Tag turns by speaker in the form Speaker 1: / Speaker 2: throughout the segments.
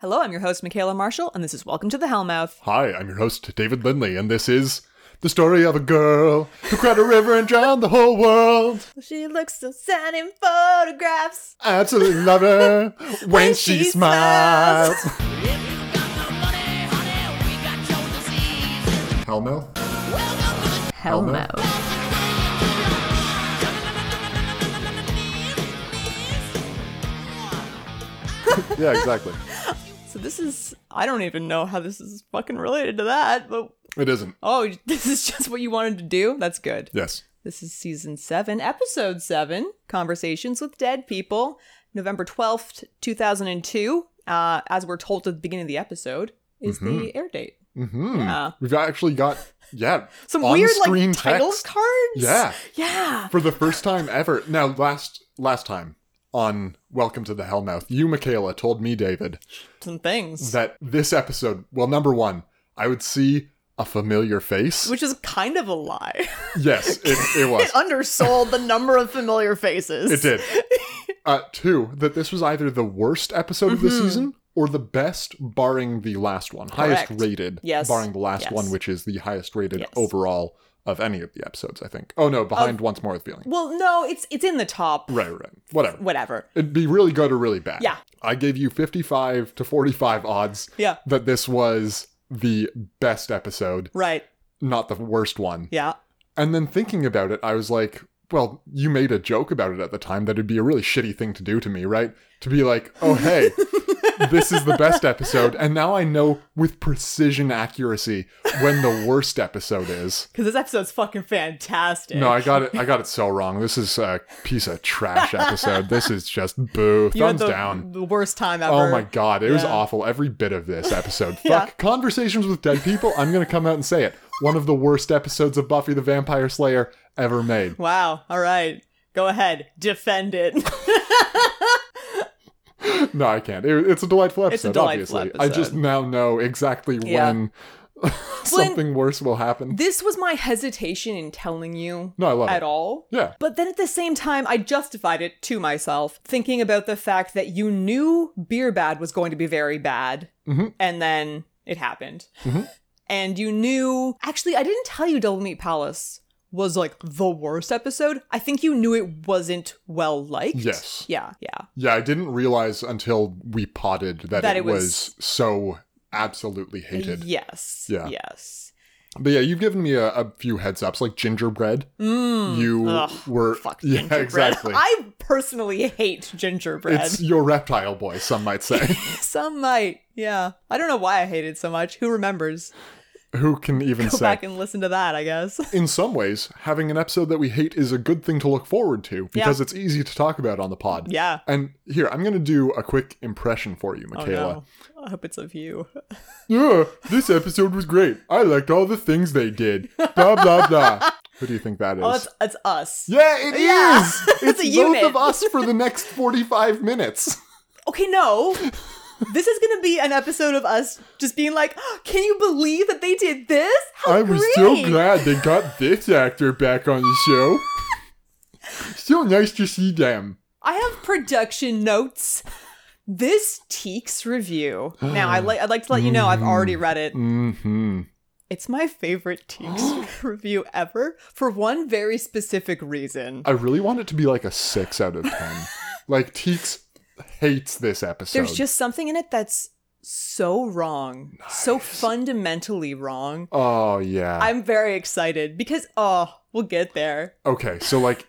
Speaker 1: Hello, I'm your host, Michaela Marshall, and this is Welcome to the Hellmouth.
Speaker 2: Hi, I'm your host, David Lindley, and this is the story of a girl who cried a river and drowned the whole world.
Speaker 1: She looks so sad in photographs.
Speaker 2: I absolutely love her when, she,
Speaker 1: she
Speaker 2: smiles. Hellmouth?
Speaker 1: Hellmouth.
Speaker 2: Yeah, exactly.
Speaker 1: So this is, I don't even know how this is fucking related to that, but
Speaker 2: it isn't.
Speaker 1: oh, this is just what you wanted to do? That's good.
Speaker 2: Yes.
Speaker 1: This is season seven, episode seven Conversations with Dead People, November 12th, 2002. Uh, as we're told at the beginning of the episode, is
Speaker 2: Mm-hmm.
Speaker 1: the air date.
Speaker 2: hmm
Speaker 1: Yeah.
Speaker 2: We've actually got, yeah,
Speaker 1: Some weird
Speaker 2: on-screen
Speaker 1: like title
Speaker 2: text.
Speaker 1: cards.
Speaker 2: Yeah.
Speaker 1: Yeah.
Speaker 2: for the first time ever. Now, last last time on Welcome to the Hellmouth, you, Michaela, told me, David,
Speaker 1: Some things.
Speaker 2: that this episode, well, number one, I would see a familiar face.
Speaker 1: which is kind of a lie.
Speaker 2: yes, it, it was.
Speaker 1: it undersold the number of familiar faces.
Speaker 2: It did. Uh, two, that this was either the worst episode of the
Speaker 1: Mm-hmm.
Speaker 2: season or the best, barring the last one.
Speaker 1: Correct.
Speaker 2: Highest rated,
Speaker 1: Yes.
Speaker 2: barring the last
Speaker 1: Yes.
Speaker 2: one, which is the highest rated
Speaker 1: Yes.
Speaker 2: overall of any of the episodes, I think. Oh, no, behind Once More with Feeling.
Speaker 1: Well, no, it's it's in the top.
Speaker 2: Right, right. Whatever.
Speaker 1: Whatever.
Speaker 2: It'd be really good or really bad.
Speaker 1: Yeah.
Speaker 2: I gave you 55 to 45 odds
Speaker 1: Yeah.
Speaker 2: that this was the best episode,
Speaker 1: Right.
Speaker 2: not the worst one.
Speaker 1: Yeah.
Speaker 2: And then thinking about it, I was like, well, you made a joke about it at the time that it'd be a really shitty thing to do to me, right? To be like, oh, hey, this is the best episode. And now I know with precision accuracy when the worst episode is.
Speaker 1: Because this episode's fucking fantastic.
Speaker 2: No, I got it. I got it so wrong. This is a piece of trash episode. This is just boo.
Speaker 1: you had
Speaker 2: Thumbs
Speaker 1: the,
Speaker 2: down.
Speaker 1: The worst time ever.
Speaker 2: Oh my god, it was
Speaker 1: Yeah.
Speaker 2: awful. Every bit of this episode.
Speaker 1: Yeah.
Speaker 2: Fuck conversations with dead people. I'm gonna come out and say it. One of the worst episodes of Buffy the Vampire Slayer ever made.
Speaker 1: Wow. All right. Go ahead. Defend it.
Speaker 2: No, I can't. It- it's a delightful episode.
Speaker 1: It's a delightful
Speaker 2: obviously, I just
Speaker 1: episode.
Speaker 2: now know exactly
Speaker 1: Yeah.
Speaker 2: when something worse will happen.
Speaker 1: this was my hesitation in telling you
Speaker 2: No, I love
Speaker 1: at
Speaker 2: it.
Speaker 1: all.
Speaker 2: Yeah,
Speaker 1: But then at the same time, I justified it to myself, thinking about the fact that you knew Beer Bad was going to be very bad,
Speaker 2: Mhm.
Speaker 1: and then it happened.
Speaker 2: Mhm.
Speaker 1: And you knew. Actually, I didn't tell you Double Meat Palace was like the worst episode. I think you knew it wasn't well liked.
Speaker 2: Yes.
Speaker 1: Yeah, yeah.
Speaker 2: yeah. I didn't realize until we potted that,
Speaker 1: That
Speaker 2: it,
Speaker 1: it was- Mm.
Speaker 2: was, so absolutely hated.
Speaker 1: Yes.
Speaker 2: Yeah.
Speaker 1: Yes.
Speaker 2: But yeah, you've given me a, a few heads ups, like gingerbread.
Speaker 1: Mm.
Speaker 2: you
Speaker 1: Ugh,
Speaker 2: were
Speaker 1: Fuck
Speaker 2: yeah,
Speaker 1: gingerbread.
Speaker 2: exactly.
Speaker 1: I personally hate gingerbread.
Speaker 2: It's your reptile boy, some might say.
Speaker 1: Some might. Yeah. I don't know why I hate it so much. Who remembers?
Speaker 2: Who can even
Speaker 1: go
Speaker 2: say?
Speaker 1: back and listen to that, I guess.
Speaker 2: In some ways, having an episode that we hate is a good thing to look forward to because it's easy to talk about on the pod.
Speaker 1: yeah.
Speaker 2: And here, I'm going to do a quick impression for you,
Speaker 1: Oh
Speaker 2: Michaela.
Speaker 1: no. I hope it's of you.
Speaker 2: Yeah, this episode was great. I liked all the things they did. Blah, blah, blah. Who do you think that is?
Speaker 1: Oh, it's, it's us.
Speaker 2: yeah, it is.
Speaker 1: Yeah. It's
Speaker 2: It's
Speaker 1: a
Speaker 2: both
Speaker 1: unit.
Speaker 2: of us for the next 45 minutes.
Speaker 1: Okay, no. this is gonna be an episode of us just being like, "Ah, "Can you believe that they did this? How
Speaker 2: I was
Speaker 1: great!"
Speaker 2: so glad they got this actor back on the show. so nice to see them.
Speaker 1: I have production notes. This Teeks review. Now, I like. I'd like to let you know I've already
Speaker 2: Mm.
Speaker 1: read it.
Speaker 2: Mm-hmm.
Speaker 1: It's my favorite Teeks review ever for one very specific reason.
Speaker 2: I really want it to be like a six out of ten. like Teeks hates this episode.
Speaker 1: There's just something in it that's so wrong, so fundamentally wrong.
Speaker 2: Oh yeah.
Speaker 1: I'm very excited because oh, we'll get there.
Speaker 2: okay, so like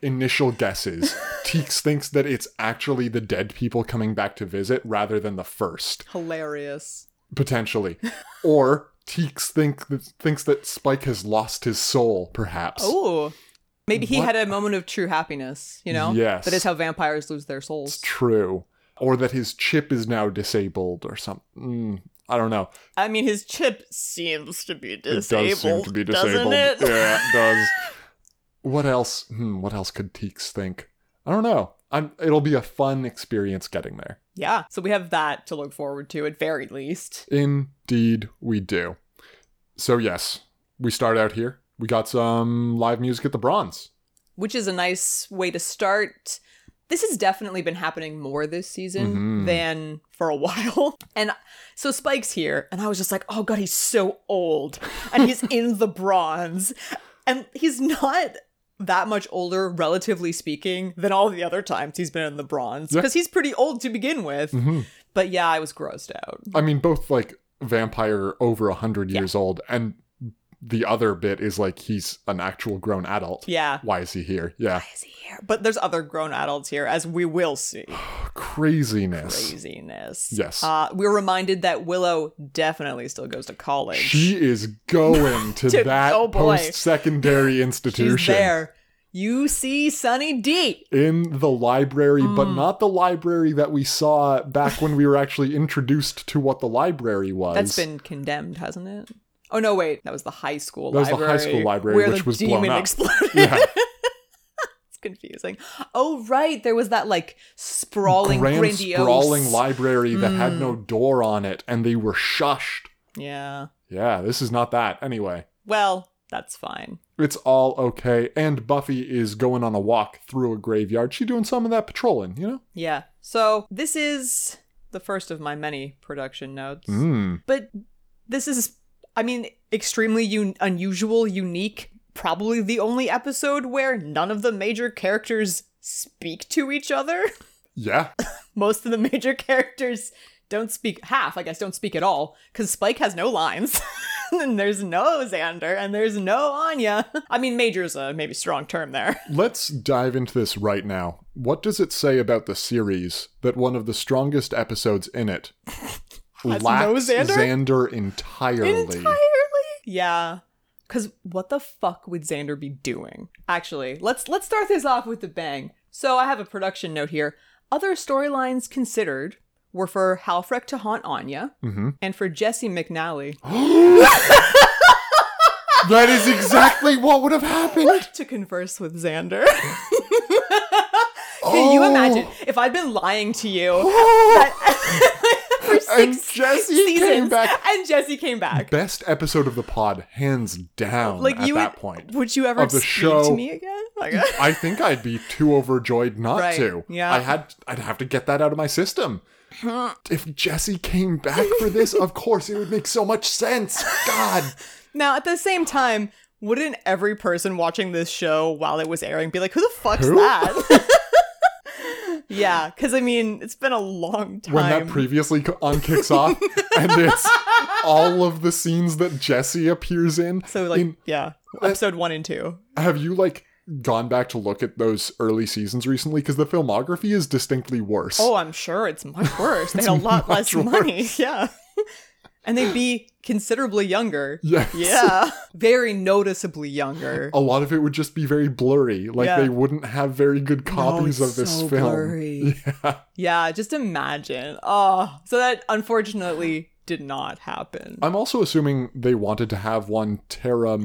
Speaker 2: initial guesses. Teeks thinks that it's actually the dead people coming back to visit rather than the first,
Speaker 1: Hilarious.
Speaker 2: potentially. or Teeks think thinks that Spike has lost his soul, perhaps.
Speaker 1: Oh. Maybe he had
Speaker 2: What?
Speaker 1: a moment of true happiness, you know?
Speaker 2: Yes.
Speaker 1: That is how vampires lose their
Speaker 2: It's
Speaker 1: souls.
Speaker 2: true. Or that his chip is now disabled or something. Mm, I don't know.
Speaker 1: I mean, his chip seems to be disabled.
Speaker 2: it does seem to be
Speaker 1: doesn't
Speaker 2: disabled.
Speaker 1: it?
Speaker 2: Yeah, it does. What else? Hmm, what else could Teeks think? I don't know. I'm, it'll be a fun experience getting there.
Speaker 1: Yeah. So we have that to look forward to at very least.
Speaker 2: Indeed, we do. So yes, we start out here. We got some live music at the Bronze.
Speaker 1: Which is a nice way to start. this has definitely been happening more this season
Speaker 2: Mhm.
Speaker 1: than for a while. And so Spike's here, and I was just like, oh god, he's so old, and he's in the bronze, and he's not that much older, relatively speaking, than all the other times he's been in the bronze
Speaker 2: Yeah.
Speaker 1: because he's pretty old to begin with.
Speaker 2: Mhm.
Speaker 1: But yeah, I was grossed out.
Speaker 2: I mean, both like vampire over a hundred years old, and the other bit is like he's an actual grown adult.
Speaker 1: Yeah.
Speaker 2: Why is he here? Yeah,
Speaker 1: Why is he here? But there's other grown adults here, as we will see.
Speaker 2: craziness.
Speaker 1: Craziness.
Speaker 2: Yes.
Speaker 1: Uh, we're reminded that Willow definitely still goes to college.
Speaker 2: She is going to,
Speaker 1: To-
Speaker 2: that
Speaker 1: oh boy.
Speaker 2: post-secondary institution.
Speaker 1: She's there. You see Sunny D.
Speaker 2: in the library, but
Speaker 1: Mm.
Speaker 2: not the library that we saw back when we were actually introduced to what the library was.
Speaker 1: That's been condemned, hasn't it? Oh no, wait. That was the high school
Speaker 2: That was the
Speaker 1: library.
Speaker 2: high school library,
Speaker 1: where
Speaker 2: which
Speaker 1: the
Speaker 2: was
Speaker 1: demon
Speaker 2: blown up.
Speaker 1: exploded.
Speaker 2: yeah,
Speaker 1: it's confusing. Oh right, there was that like sprawling,
Speaker 2: grand
Speaker 1: grandiose, Mm.
Speaker 2: sprawling library that had no door on it, and they were shushed.
Speaker 1: Yeah.
Speaker 2: Yeah, this is not that. Anyway,
Speaker 1: Well, that's fine.
Speaker 2: it's all okay. And Buffy is going on a walk through a graveyard. She doing some of that patrolling, you know.
Speaker 1: Yeah. So this is the first of my many production notes.
Speaker 2: Mm.
Speaker 1: But this is, I mean, extremely un- unusual, unique, probably the only episode where none of the major characters speak to each other.
Speaker 2: Yeah,
Speaker 1: Most of the major characters don't speak, half, I guess, don't speak at all, because Spike has no lines. and there's no Xander, and there's no Anya. I mean, major's a maybe strong term there.
Speaker 2: Let's dive into this right now. What does it say about the series that one of the strongest episodes in it
Speaker 1: no
Speaker 2: lacks
Speaker 1: Xander?
Speaker 2: Xander entirely?
Speaker 1: Entirely? Yeah. Cause what the fuck would Xander be doing? Actually, let's let's start this off with the bang. So I have a production note here. Other storylines considered were for Halfrek to haunt Anya
Speaker 2: Mm-hmm.
Speaker 1: and for Jesse McNally
Speaker 2: That is exactly what would have happened.
Speaker 1: to converse with Xander. Can you
Speaker 2: Oh.
Speaker 1: imagine if I've been lying to you for six
Speaker 2: And Jesse came
Speaker 1: seasons
Speaker 2: back.
Speaker 1: and Jesse came back?
Speaker 2: Best episode of the pod, hands down.
Speaker 1: Like
Speaker 2: at
Speaker 1: you
Speaker 2: that
Speaker 1: would,
Speaker 2: point,
Speaker 1: would you ever
Speaker 2: of the
Speaker 1: speak
Speaker 2: show.
Speaker 1: to me again? Like-
Speaker 2: I think I'd be too overjoyed not
Speaker 1: Right,
Speaker 2: to.
Speaker 1: yeah.
Speaker 2: I had I'd have to get that out of my system. If Jesse came back for this, of course it would make so much sense. God.
Speaker 1: Now, at the same time, wouldn't every person watching this show while it was airing be like, who the fuck's
Speaker 2: Who?
Speaker 1: that? yeah, because I mean, it's been a long time.
Speaker 2: when that previously co- on kicks off and it's all of the scenes that Jesse appears in.
Speaker 1: so, like,
Speaker 2: in-
Speaker 1: yeah, episode one and two.
Speaker 2: have you like gone back to look at those early seasons recently because the filmography is distinctly worse.
Speaker 1: Oh, I'm sure it's much worse. They had a lot less
Speaker 2: much worse.
Speaker 1: money. Yeah. and they'd be considerably younger.
Speaker 2: Yes.
Speaker 1: Yeah. Very noticeably younger.
Speaker 2: A lot of it would just be very blurry. Like
Speaker 1: Yeah.
Speaker 2: they wouldn't have very good copies
Speaker 1: Oh, it's
Speaker 2: of this
Speaker 1: so
Speaker 2: film.
Speaker 1: blurry.
Speaker 2: Yeah.
Speaker 1: Yeah, just imagine. Oh, so that unfortunately did not happen.
Speaker 2: I'm also assuming they wanted to have one Tara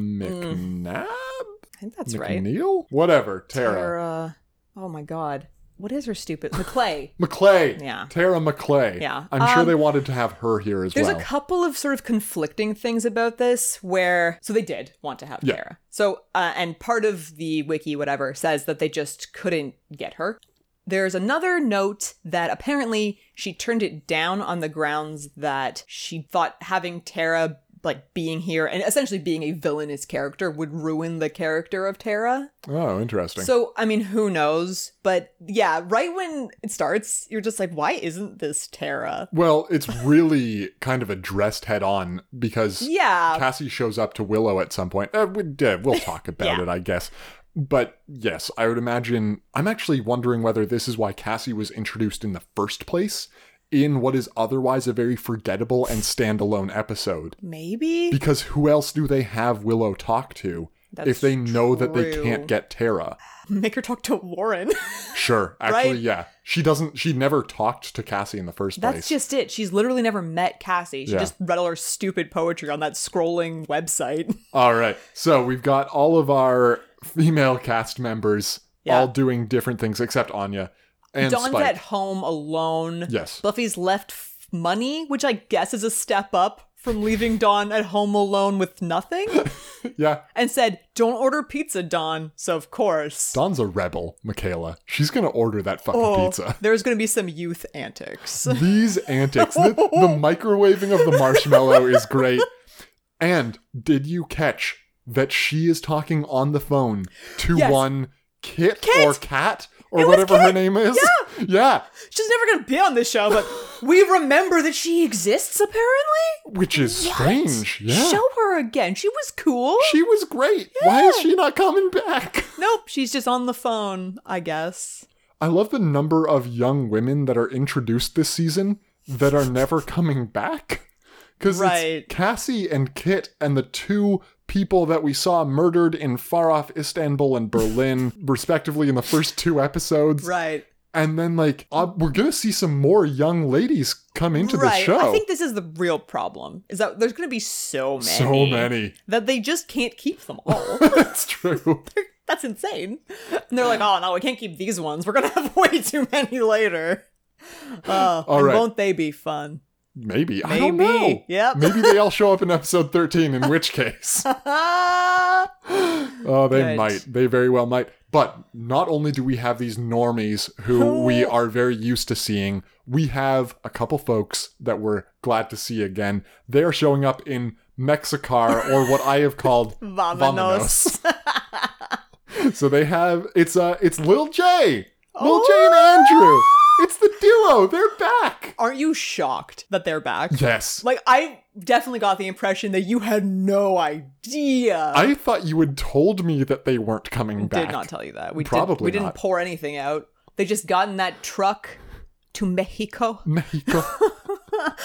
Speaker 2: McNab?
Speaker 1: I think that's right.
Speaker 2: McNeil? Whatever. Tara.
Speaker 1: Tara. Oh my god. What is her stupid McClay?
Speaker 2: McClay.
Speaker 1: Yeah.
Speaker 2: Tara McClay.
Speaker 1: Yeah.
Speaker 2: I'm sure
Speaker 1: Um,
Speaker 2: they wanted to have her here as
Speaker 1: There's
Speaker 2: well.
Speaker 1: a couple of sort of conflicting things about this where so they did want to have
Speaker 2: Yeah.
Speaker 1: Tara. So uh, and part of the wiki whatever says that they just couldn't get her. There's another note that apparently she turned it down on the grounds that she thought having Tara like being here and essentially being a villainous character would ruin the character of Tara.
Speaker 2: oh, interesting.
Speaker 1: So, I mean, who knows? But yeah, right when it starts, you're just like, why isn't this Tara?
Speaker 2: well, it's really kind of addressed head on because
Speaker 1: Yeah.
Speaker 2: Cassie shows up to Willow at some point. Uh, we, uh, we'll talk about
Speaker 1: Yeah.
Speaker 2: it, I guess. But yes, I would imagine. I'm actually wondering whether this is why Cassie was introduced in the first place in what is otherwise a very forgettable and standalone episode.
Speaker 1: Maybe?
Speaker 2: Because who else do they have Willow talk to if
Speaker 1: That's
Speaker 2: they know that they
Speaker 1: true.
Speaker 2: can't get Tara?
Speaker 1: Make her talk to Warren.
Speaker 2: Sure. Actually,
Speaker 1: Right?
Speaker 2: yeah. She doesn't, she never talked to Cassie in the first
Speaker 1: That's
Speaker 2: place.
Speaker 1: just it. She's literally never met Cassie. She
Speaker 2: Yeah.
Speaker 1: just read all her stupid poetry on that scrolling website.
Speaker 2: All right. So we've got all of our female cast members
Speaker 1: Yeah.
Speaker 2: all doing different things except Anya and
Speaker 1: Dawn's
Speaker 2: Spike.
Speaker 1: at home alone.
Speaker 2: Yes.
Speaker 1: Buffy's left f- money, which I guess is a step up from leaving Dawn at home alone with nothing.
Speaker 2: Yeah.
Speaker 1: and said, Don't order pizza, Don. So, of course.
Speaker 2: Don's a rebel, Michaela. She's going to order that fucking
Speaker 1: Oh,
Speaker 2: pizza.
Speaker 1: there's going to be some youth antics.
Speaker 2: These antics, the, the microwaving of the marshmallow is great. And did you catch that she is talking on the phone to
Speaker 1: Yes.
Speaker 2: one Kit,
Speaker 1: Kit!
Speaker 2: or Cat or
Speaker 1: was
Speaker 2: whatever her
Speaker 1: Kit!
Speaker 2: name is? Yeah. yeah.
Speaker 1: She's never going to be on this show, but we remember that she exists, apparently.
Speaker 2: Which is strange. Yeah.
Speaker 1: Show her again. She was cool.
Speaker 2: she was great. Why is she not coming back?
Speaker 1: nope, she's just on the phone, I guess.
Speaker 2: I love the number of young women that are introduced this season that are never coming back. Because
Speaker 1: Right.
Speaker 2: it's Cassie and Kit and the two people that we saw murdered in far off Istanbul and Berlin, respectively, in the first two episodes.
Speaker 1: Right.
Speaker 2: And then, like, uh, we're going to see some more young ladies come into the
Speaker 1: right.
Speaker 2: show.
Speaker 1: I think this is the real problem. Is that there's going to be so many.
Speaker 2: so many.
Speaker 1: That they just can't keep them all.
Speaker 2: That's true.
Speaker 1: That's insane. And they're like, oh, no, we can't keep these ones. We're going to have way too many later. Oh,
Speaker 2: All
Speaker 1: and
Speaker 2: right.
Speaker 1: won't they be fun?
Speaker 2: Maybe. I don't
Speaker 1: Maybe.
Speaker 2: know.
Speaker 1: Yep.
Speaker 2: Maybe they all show up in episode 13, in which case. Oh, they
Speaker 1: Good.
Speaker 2: might. They very well might. But not only do we have these normies who we are very used to seeing, we have a couple folks that we're glad to see again. They are showing up in Mexicar or what I have called
Speaker 1: Vamanos.
Speaker 2: So they have it's uh it's Lil J. Lil J and
Speaker 1: Oh!
Speaker 2: Andrew. It's the duo. They're back.
Speaker 1: Aren't you shocked that they're back?
Speaker 2: Yes.
Speaker 1: Like, I definitely got the impression that you had no idea.
Speaker 2: I thought you had told me that they weren't coming back.
Speaker 1: did not tell you that. We
Speaker 2: Probably
Speaker 1: did, we didn't
Speaker 2: not.
Speaker 1: pour anything out. They just got in that truck to Mexico.
Speaker 2: Mexico.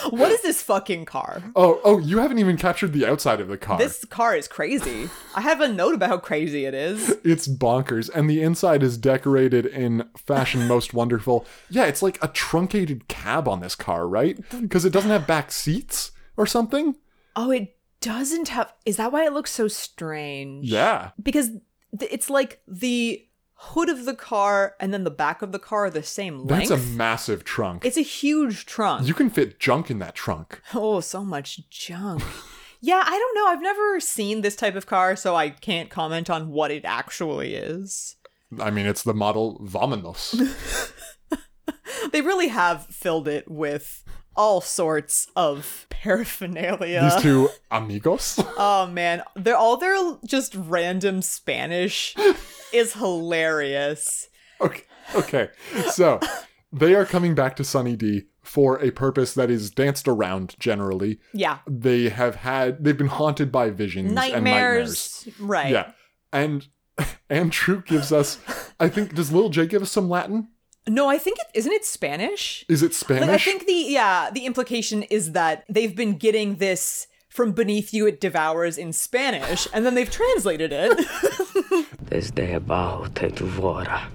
Speaker 1: What is this fucking car?
Speaker 2: Oh, oh, you haven't even captured the outside of the car.
Speaker 1: This car is crazy. I have a note about how crazy it is.
Speaker 2: It's bonkers. And the inside is decorated in fashion most wonderful. Yeah, it's like a truncated cab on this car, right? Because it doesn't have back seats or something.
Speaker 1: Oh, it doesn't have. Is that why it looks so strange?
Speaker 2: Yeah.
Speaker 1: Because th- it's like the hood of the car and then the back of the car are the same length.
Speaker 2: That's a massive trunk.
Speaker 1: it's a huge trunk.
Speaker 2: You can fit junk in that trunk.
Speaker 1: oh, so much junk. yeah, I don't know. I've never seen this type of car, so I can't comment on what it actually is.
Speaker 2: I mean, it's the model Vamanos.
Speaker 1: They really have filled it with all sorts of paraphernalia.
Speaker 2: These two amigos.
Speaker 1: Oh man, they're all their just random Spanish is hilarious.
Speaker 2: okay. Okay. So they are coming back to Sunny D for a purpose that is danced around generally.
Speaker 1: Yeah,
Speaker 2: They have had, they've been haunted by visions and nightmares.
Speaker 1: nightmares. Right.
Speaker 2: Yeah. And Andrew gives us I think does Lil J give us some Latin?
Speaker 1: No, I think it isn't it Spanish.
Speaker 2: Is it
Speaker 1: Like I
Speaker 2: Spanish?
Speaker 1: think the yeah the implication is that they've been getting this from beneath you it devours in Spanish, and then they've translated it.
Speaker 3: Desde abajo te devora.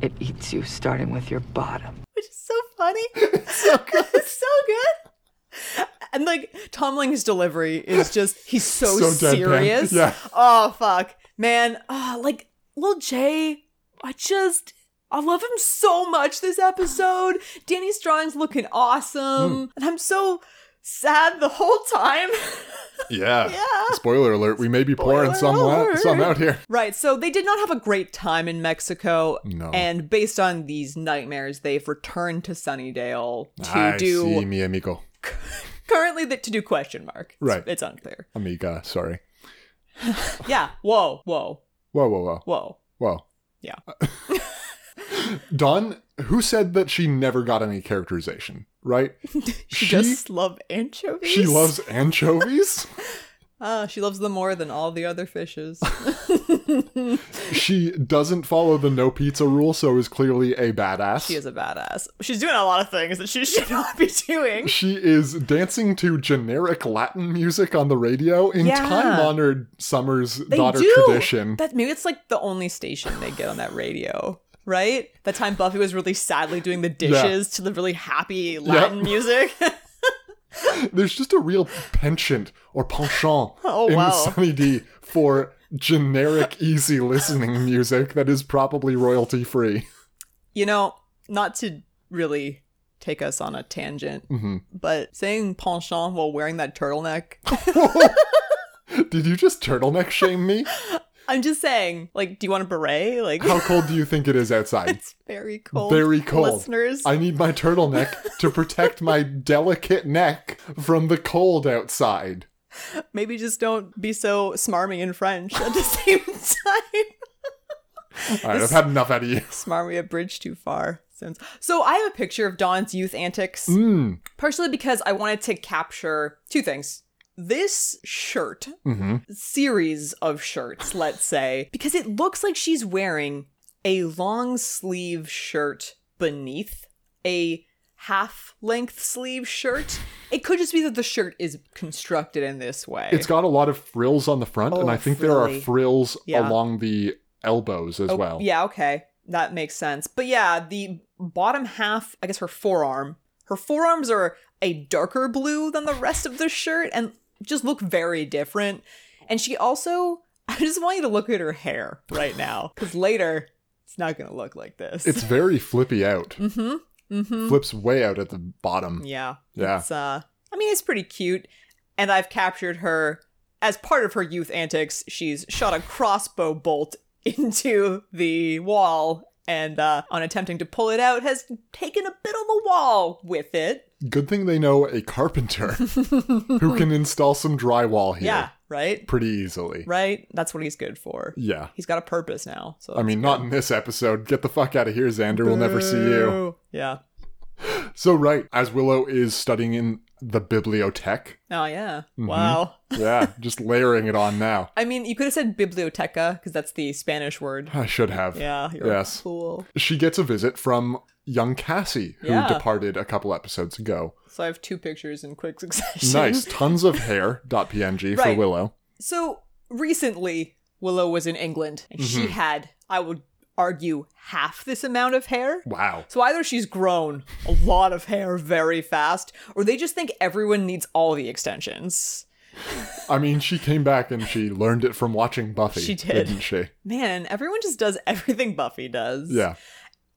Speaker 4: It eats you starting with your bottom.
Speaker 1: which is so funny. It's so good. And like Tomling's delivery is just he's so,
Speaker 2: So deadpan.
Speaker 1: serious.
Speaker 2: Yeah.
Speaker 1: Oh fuck. Man, oh, like Lil J, I just I love him so much this episode. Danny Strong's looking
Speaker 2: Hmm.
Speaker 1: awesome. And I'm so sad the whole time.
Speaker 2: yeah.
Speaker 1: Yeah.
Speaker 2: Spoiler alert, we may be pouring
Speaker 1: Spoiler
Speaker 2: some la-
Speaker 1: alert.
Speaker 2: some out here.
Speaker 1: Right, so they did not have a great time in Mexico.
Speaker 2: No.
Speaker 1: And based on these nightmares, they've returned to Sunnydale to
Speaker 2: I
Speaker 1: do
Speaker 2: see mi amigo.
Speaker 1: currently the to do question mark It's-
Speaker 2: Right.
Speaker 1: it's unclear
Speaker 2: Amiga, sorry.
Speaker 1: yeah whoa whoa
Speaker 2: Whoa, whoa, whoa.
Speaker 1: whoa
Speaker 2: Whoa.
Speaker 1: Yeah.
Speaker 2: Uh, Don, who said that she never got any characterization, right?
Speaker 1: she,
Speaker 2: She-
Speaker 1: just love anchovies
Speaker 2: She loves anchovies.
Speaker 1: uh, she loves them more than all the other fishes
Speaker 2: she doesn't follow the no pizza rule, so is clearly a badass.
Speaker 1: she is a badass she's doing a lot of things that she should not be doing
Speaker 2: She is dancing to generic Latin music on the radio in
Speaker 1: Yeah.
Speaker 2: time honored Summers
Speaker 1: they
Speaker 2: daughter
Speaker 1: do
Speaker 2: tradition.
Speaker 1: that maybe it's like the only station they get on that radio right that time buffy was really sadly doing the dishes to the really happy latin music
Speaker 2: There's just a real penchant or penchant
Speaker 1: Oh,
Speaker 2: in
Speaker 1: wow.
Speaker 2: Sunny D for generic, easy listening music that is probably royalty free.
Speaker 1: you know not to really take us on a tangent
Speaker 2: Mhm.
Speaker 1: but saying penchant while wearing that turtleneck
Speaker 2: Did you just turtleneck shame me?
Speaker 1: I'm just saying, like, do you want a beret? Like,
Speaker 2: How cold do you think it is outside?
Speaker 1: it's very cold.
Speaker 2: Very cold.
Speaker 1: Listeners.
Speaker 2: I need my turtleneck to protect my delicate neck from the cold outside.
Speaker 1: Maybe just don't be so smarmy in French at the same time.
Speaker 2: All right, I've had enough out of you.
Speaker 1: smarmy a bridge too far. Sounds. So I have a picture of Dawn's youth antics,
Speaker 2: Mm.
Speaker 1: partially because I wanted to capture two things. This shirt,
Speaker 2: hmm
Speaker 1: series of shirts, let's say, because it looks like she's wearing a long sleeve shirt beneath a half length sleeve shirt. It could just be that the shirt is constructed in this way.
Speaker 2: It's got a lot of frills on the front, and
Speaker 1: Oh,
Speaker 2: I think there
Speaker 1: frilly.
Speaker 2: are frills
Speaker 1: Yeah. Oh,
Speaker 2: along the elbows as well.
Speaker 1: Yeah, okay. That makes sense. But yeah, the bottom half, I guess her forearm, her forearms are a darker blue than the rest of the shirt and just look very different. And she also, I just want you to look at her hair right now because later it's not going to look like this.
Speaker 2: It's very flippy out.
Speaker 1: mm-hmm. Mm-hmm.
Speaker 2: Flips way out at the bottom.
Speaker 1: Yeah.
Speaker 2: Yeah.
Speaker 1: It's, uh, I mean, it's pretty cute. And I've captured her as part of her youth antics. She's shot a crossbow bolt into the wall and, uh, on attempting to pull it out, has taken a bit of the wall with it.
Speaker 2: Good thing they know a carpenter who can install some drywall here
Speaker 1: Yeah. Right?
Speaker 2: pretty easily.
Speaker 1: Right? That's what he's good for.
Speaker 2: Yeah.
Speaker 1: He's got a purpose now. So
Speaker 2: I mean, not in this episode. Get the fuck out of here, Xander. We'll never see you.
Speaker 1: Boo. Yeah.
Speaker 2: So, right, as Willow is studying in the bibliothèque.
Speaker 1: Oh, yeah.
Speaker 2: Mm-hmm.
Speaker 1: Wow.
Speaker 2: Yeah, just layering it on now.
Speaker 1: I mean, you could have said biblioteca because that's the Spanish word.
Speaker 2: I should have.
Speaker 1: Yeah. You're
Speaker 2: Yes.
Speaker 1: cool.
Speaker 2: She gets a visit from young Cassie, who
Speaker 1: Yeah.
Speaker 2: departed a couple episodes ago.
Speaker 1: So I have two pictures in quick succession.
Speaker 2: Nice. Tons of hair. .png for
Speaker 1: Right.
Speaker 2: Willow.
Speaker 1: So recently, Willow was in England and she
Speaker 2: Mhm.
Speaker 1: had, I would argue, half this amount of hair.
Speaker 2: Wow.
Speaker 1: So either she's grown a lot of hair very fast, or they just think everyone needs all the extensions.
Speaker 2: I mean, she came back and she learned it from watching Buffy.
Speaker 1: She did.
Speaker 2: Didn't she?
Speaker 1: Man, everyone just does everything Buffy does.
Speaker 2: Yeah.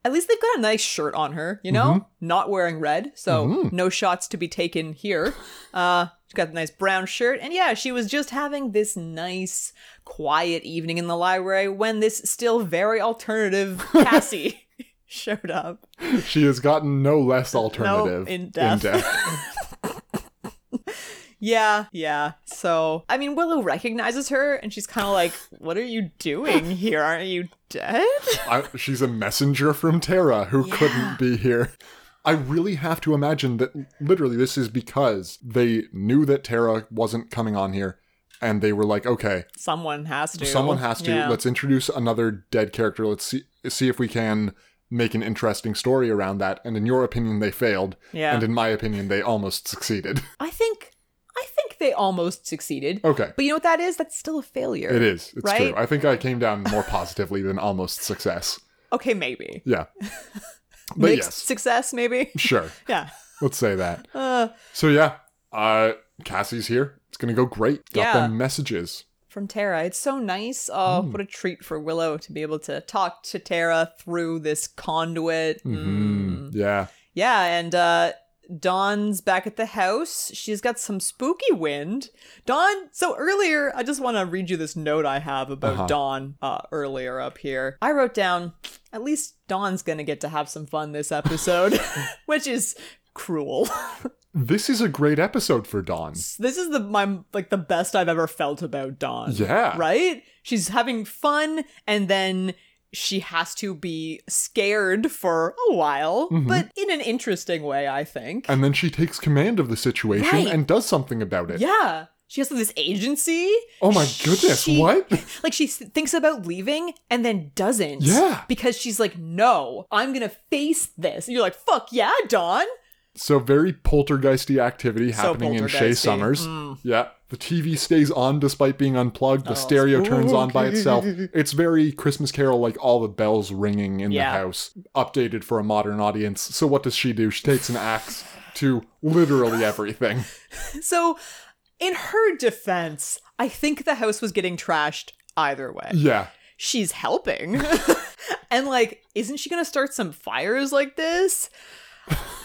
Speaker 1: At least they've got a nice shirt on her, you know?
Speaker 2: Mm-hmm.
Speaker 1: Not wearing red, so no shots to be taken here. Uh she's got a nice brown shirt, and yeah, she was just having this nice, quiet evening in the library when this still very alternative Cassie showed up.
Speaker 2: She has gotten no less alternative
Speaker 1: in death. Yeah, yeah. So I mean Willow recognizes her and she's kinda like, What are you doing here? Aren't you dead?
Speaker 2: I, she's a messenger from Terra who couldn't be here. I really have to imagine that literally this is because they knew that Terra wasn't coming on here and they were like, okay,
Speaker 1: Someone has to.
Speaker 2: someone has to.
Speaker 1: Yeah.
Speaker 2: Let's introduce another dead character. Let's see, see if we can make an interesting story around that. And in your opinion, they failed.
Speaker 1: Yeah.
Speaker 2: And in my opinion, they almost succeeded.
Speaker 1: I think I think they almost succeeded.
Speaker 2: okay.
Speaker 1: But you know what that is? That's still a failure.
Speaker 2: It is. It's
Speaker 1: Right?
Speaker 2: true. I think I came down more positively than almost success.
Speaker 1: Okay, maybe.
Speaker 2: Yeah. But
Speaker 1: Mixed
Speaker 2: yes,
Speaker 1: success, maybe.
Speaker 2: sure.
Speaker 1: yeah.
Speaker 2: Let's say that.
Speaker 1: Uh,
Speaker 2: So yeah, uh, Cassie's here. It's gonna go great. Got
Speaker 1: Yeah.
Speaker 2: them messages.
Speaker 1: from Tara, it's so nice. Oh,
Speaker 2: Mm.
Speaker 1: what a treat for Willow to be able to talk to Tara through this conduit. Mm.
Speaker 2: Mm, Yeah,
Speaker 1: Yeah, and uh Dawn's back at the house. She's got some spooky wind. Dawn, so earlier, I just want to read you this note I have about
Speaker 2: Uh-huh.
Speaker 1: Dawn uh, earlier up here. I wrote down, at least Dawn's going to get to have some fun this episode, which is cruel.
Speaker 2: this is a great episode for Dawn.
Speaker 1: this is the my like the best I've ever felt about Dawn.
Speaker 2: Yeah.
Speaker 1: Right? She's having fun and then she has to be scared for a while,
Speaker 2: Mm-hmm.
Speaker 1: but in an interesting way, I think.
Speaker 2: And then she takes command of the situation
Speaker 1: Right.
Speaker 2: and does something about it.
Speaker 1: yeah. She has this agency.
Speaker 2: Oh my goodness!
Speaker 1: She-
Speaker 2: What?
Speaker 1: Like she s- thinks about leaving and then doesn't.
Speaker 2: Yeah.
Speaker 1: Because she's like, "No, I'm going to face this." And you're like, "Fuck yeah, Dawn."
Speaker 2: So very poltergeisty activity
Speaker 1: So
Speaker 2: happening in
Speaker 1: poltergeisty.
Speaker 2: Shea
Speaker 1: Mm.
Speaker 2: Summers. Yeah. The TV stays on despite being unplugged. The
Speaker 1: Oh,
Speaker 2: stereo turns on by spooky. itself. It's very Christmas Carol, like all the bells ringing in
Speaker 1: Yeah.
Speaker 2: the house, updated for a modern audience. So what does she do? She takes an axe to literally everything.
Speaker 1: So, in her defense, I think the house was getting trashed either way.
Speaker 2: Yeah.
Speaker 1: she's helping. and like, isn't she gonna start some fires like this?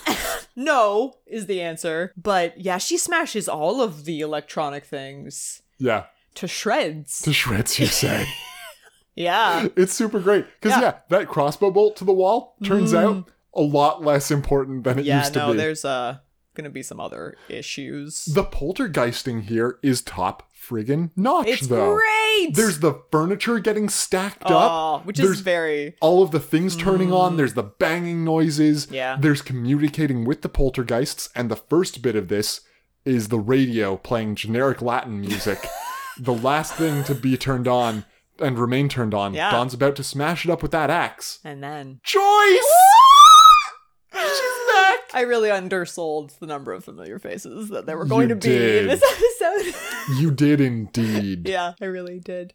Speaker 1: no, is the answer. But yeah, she smashes all of the electronic things.
Speaker 2: Yeah.
Speaker 1: to shreds.
Speaker 2: to shreds, you say.
Speaker 1: Yeah.
Speaker 2: it's super great. Because,
Speaker 1: Yeah. Mm.
Speaker 2: yeah. that crossbow bolt to the wall turns out a lot less important than it
Speaker 1: Yeah,
Speaker 2: used to
Speaker 1: no,
Speaker 2: be.
Speaker 1: there's uh gonna be some other issues.
Speaker 2: The poltergeisting here is top friggin' notch,
Speaker 1: it's
Speaker 2: though.
Speaker 1: great.
Speaker 2: There's the furniture getting stacked
Speaker 1: oh,
Speaker 2: up,
Speaker 1: which is
Speaker 2: There's
Speaker 1: very Mm.
Speaker 2: all of the things turning on. There's the banging noises.
Speaker 1: Yeah.
Speaker 2: There's communicating with the poltergeists, and the first bit of this is the radio playing generic Latin music. the last thing to be turned on and remain turned on.
Speaker 1: Yeah.
Speaker 2: Don's about to smash it up with that axe.
Speaker 1: and then
Speaker 2: Joyce. She's back.
Speaker 1: I really undersold the number of familiar faces that there were going
Speaker 2: You
Speaker 1: to be in
Speaker 2: did.
Speaker 1: this episode.
Speaker 2: You did indeed.
Speaker 1: yeah, I really did.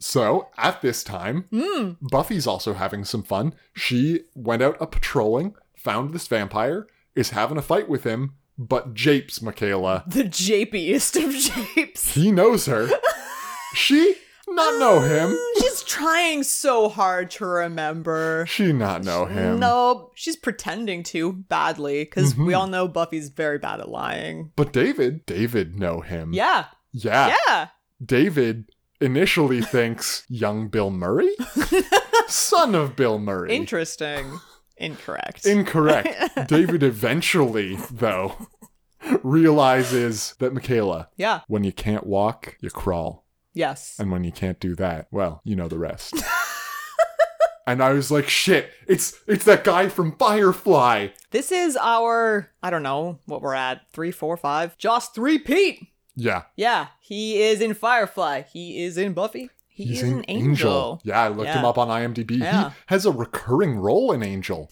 Speaker 2: So at this time, Buffy's also having some fun. She went out a patrolling, found this vampire, is having a fight with him, but japes Michaela.
Speaker 1: The japiest of japes.
Speaker 2: He knows her. she not know him.
Speaker 1: She's trying so hard to remember.
Speaker 2: She not know him.
Speaker 1: No, she's pretending to badly because we all know Buffy's very bad at lying.
Speaker 2: But David, David know him.
Speaker 1: Yeah,
Speaker 2: Yeah.
Speaker 1: yeah.
Speaker 2: David initially thinks young Bill Murray, son of Bill Murray.
Speaker 1: Interesting. Incorrect.
Speaker 2: Incorrect. David eventually, though, realizes that Michaela,
Speaker 1: yeah.
Speaker 2: when you can't walk, you crawl.
Speaker 1: Yes.
Speaker 2: And when you can't do that, well, you know the rest. and I was like, shit, it's it's that guy from Firefly.
Speaker 1: This is our, I don't know what we're at, three, four, five. Joss three Pete.
Speaker 2: Yeah.
Speaker 1: Yeah, he is in Firefly. He is in Buffy. He is an angel.
Speaker 2: Yeah, I looked him
Speaker 1: Yeah.
Speaker 2: up on IMDb.
Speaker 1: Yeah.
Speaker 2: He has a recurring role in Angel.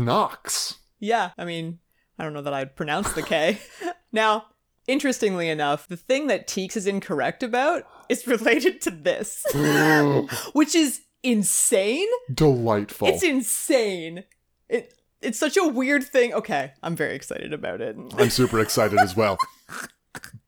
Speaker 2: Knox.
Speaker 1: Yeah, I mean, I don't know that I'd pronounce the K. now, interestingly enough, the thing that Teeks is incorrect about is related to this, which is insane.
Speaker 2: Delightful.
Speaker 1: It's insane. It it's such a weird thing. Okay, I'm very excited about it.
Speaker 2: I'm super excited as well.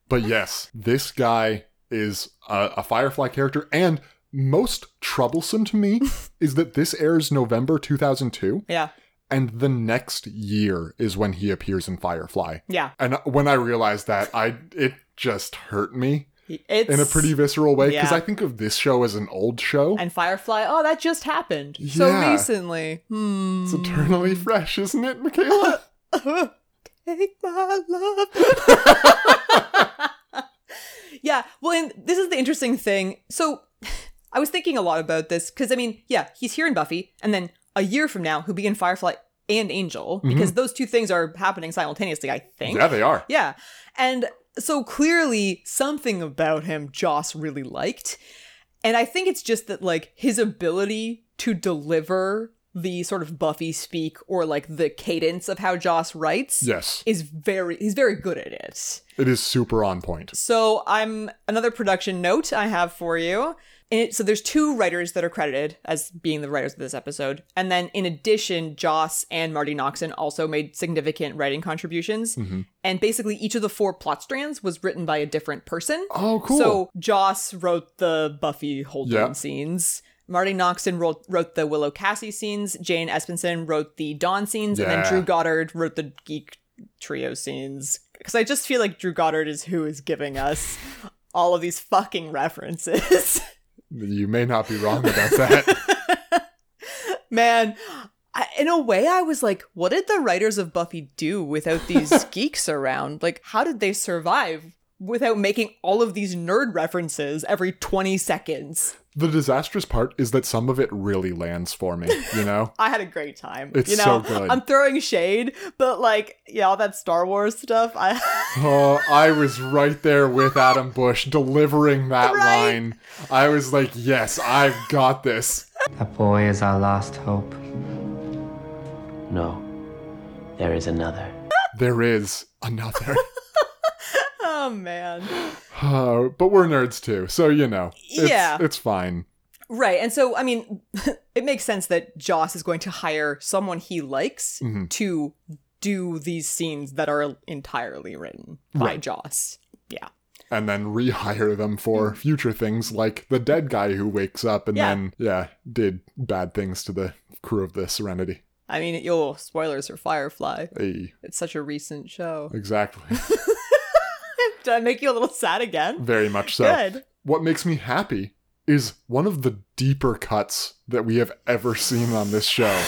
Speaker 2: But yes, this guy is a, a Firefly character, and most troublesome to me is that this airs November 2002,
Speaker 1: Yeah.
Speaker 2: and the next year is when he appears in Firefly.
Speaker 1: Yeah.
Speaker 2: And when I realized that, I it just hurt me
Speaker 1: It's
Speaker 2: in a pretty visceral way because
Speaker 1: yeah.
Speaker 2: I think of this show as an old show.
Speaker 1: and Firefly. Oh, that just happened so
Speaker 2: Yeah.
Speaker 1: recently. Hmm.
Speaker 2: it's eternally fresh, isn't it, Michaela?
Speaker 1: Oh, Take my love. yeah, well, and this is the interesting thing. So I was thinking a lot about this because, I mean, yeah, he's here in Buffy, and then a year from now, he'll be in Firefly and Angel because those two things are happening simultaneously, I think.
Speaker 2: yeah, they are.
Speaker 1: Yeah. And so clearly something about him Joss really liked. And I think it's just that like his ability to deliver the sort of Buffy speak or like the cadence of how Joss writes
Speaker 2: Yes,
Speaker 1: is very he's very good at it.
Speaker 2: it is super on point.
Speaker 1: So I'm another production note I have for you. And it, so there's two writers that are credited as being the writers of this episode, and then in addition, Joss and Marty Noxon also made significant writing contributions. And basically, each of the four plot strands was written by a different person.
Speaker 2: Oh, cool.
Speaker 1: So Joss wrote the Buffy Holden
Speaker 2: Yeah.
Speaker 1: scenes. Marty Noxon wrote, wrote the Willow Cassie scenes. Jane Espenson wrote the Dawn scenes, and then
Speaker 2: Yeah.
Speaker 1: Drew Goddard wrote the Geek trio scenes because I just feel like Drew Goddard is who is giving us all of these fucking references.
Speaker 2: you may not be wrong about that.
Speaker 1: Man, I, in a way, I was like, what did the writers of Buffy do without these geeks around? Like, how did they survive? Without making all of these nerd references every 20 seconds.
Speaker 2: The disastrous part is that some of it really lands for me, you know?
Speaker 1: I had a great time.
Speaker 2: It's
Speaker 1: you know,
Speaker 2: so good.
Speaker 1: I'm throwing shade, but like, yeah, all that Star Wars stuff, I
Speaker 2: oh, I was right there with Adam Bush delivering that
Speaker 1: Right?
Speaker 2: line. I was like, yes, I've got this.
Speaker 5: That boy is our last hope.
Speaker 3: No, there is another.
Speaker 2: There is another.
Speaker 1: oh man.
Speaker 2: Uh, but we're nerds too, so you know. It's,
Speaker 1: Yeah.
Speaker 2: It's fine.
Speaker 1: Right. And so, I mean, it makes sense that Joss is going to hire someone he likes
Speaker 2: Mm-hmm.
Speaker 1: to do these scenes that are entirely written by Joss. Yeah.
Speaker 2: And then rehire them for future things like the dead guy who wakes up and
Speaker 1: Yeah.
Speaker 2: then, yeah, did bad things to the crew of the Serenity.
Speaker 1: I mean, yo, spoilers for Firefly.
Speaker 2: Hey,
Speaker 1: It's such a recent show.
Speaker 2: exactly.
Speaker 1: to make you a little sad again?
Speaker 2: Very much so.
Speaker 1: Good.
Speaker 2: What makes me happy is one of the deeper cuts that we have ever seen on this show.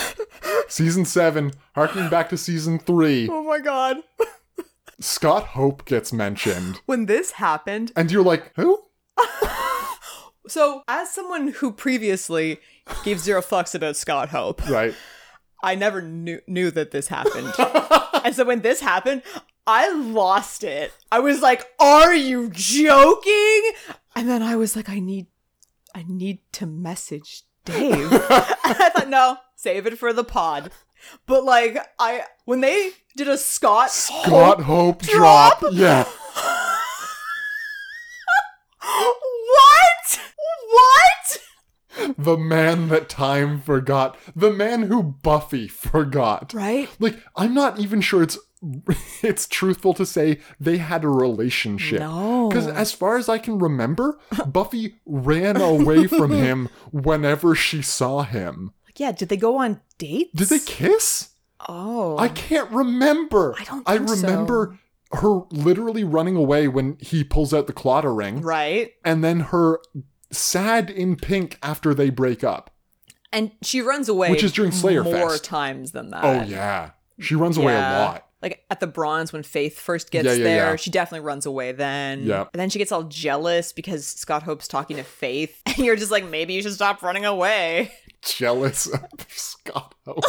Speaker 2: season 7, harkening back to season 3,
Speaker 1: Oh my god.
Speaker 2: Scott Hope gets mentioned.
Speaker 1: When this happened,
Speaker 2: And you're like, who?
Speaker 1: so as someone who previously gave zero fucks about Scott Hope,
Speaker 2: Right.
Speaker 1: I never knew knew that this happened. and so when this happened, I lost it. I was like, "Are you joking?" And then I was like, "I need I need to message Dave." And I thought, "No, save it for the pod." But like I when they did a Scott
Speaker 2: Scott Hope drop. Yeah.
Speaker 1: What? What?
Speaker 2: The man that time forgot. The man who Buffy forgot.
Speaker 1: Right?
Speaker 2: Like, I'm not even sure it's it's truthful to say they had a relationship.
Speaker 1: No.
Speaker 2: Because as far as I can remember, Buffy ran away from him whenever she saw him.
Speaker 1: Yeah, did they go on dates?
Speaker 2: Did they kiss?
Speaker 1: Oh.
Speaker 2: I can't remember.
Speaker 1: I don't
Speaker 2: I
Speaker 1: think so.
Speaker 2: remember her literally running away when he pulls out the clotter ring,
Speaker 1: right?
Speaker 2: and then her sad in pink after they break up.
Speaker 1: And she runs away
Speaker 2: Which is during Slayer
Speaker 1: more
Speaker 2: Fest.
Speaker 1: times than that.
Speaker 2: oh yeah, she runs away a
Speaker 1: Yeah.
Speaker 2: lot.
Speaker 1: Like at the bronze when Faith first gets
Speaker 2: Yeah, yeah,
Speaker 1: there,
Speaker 2: yeah.
Speaker 1: she definitely runs away then.
Speaker 2: Yeah.
Speaker 1: And then she gets all jealous because Scott Hope's talking to Faith. And you're just like, maybe you should stop running away.
Speaker 2: Jealous of Scott. Hope.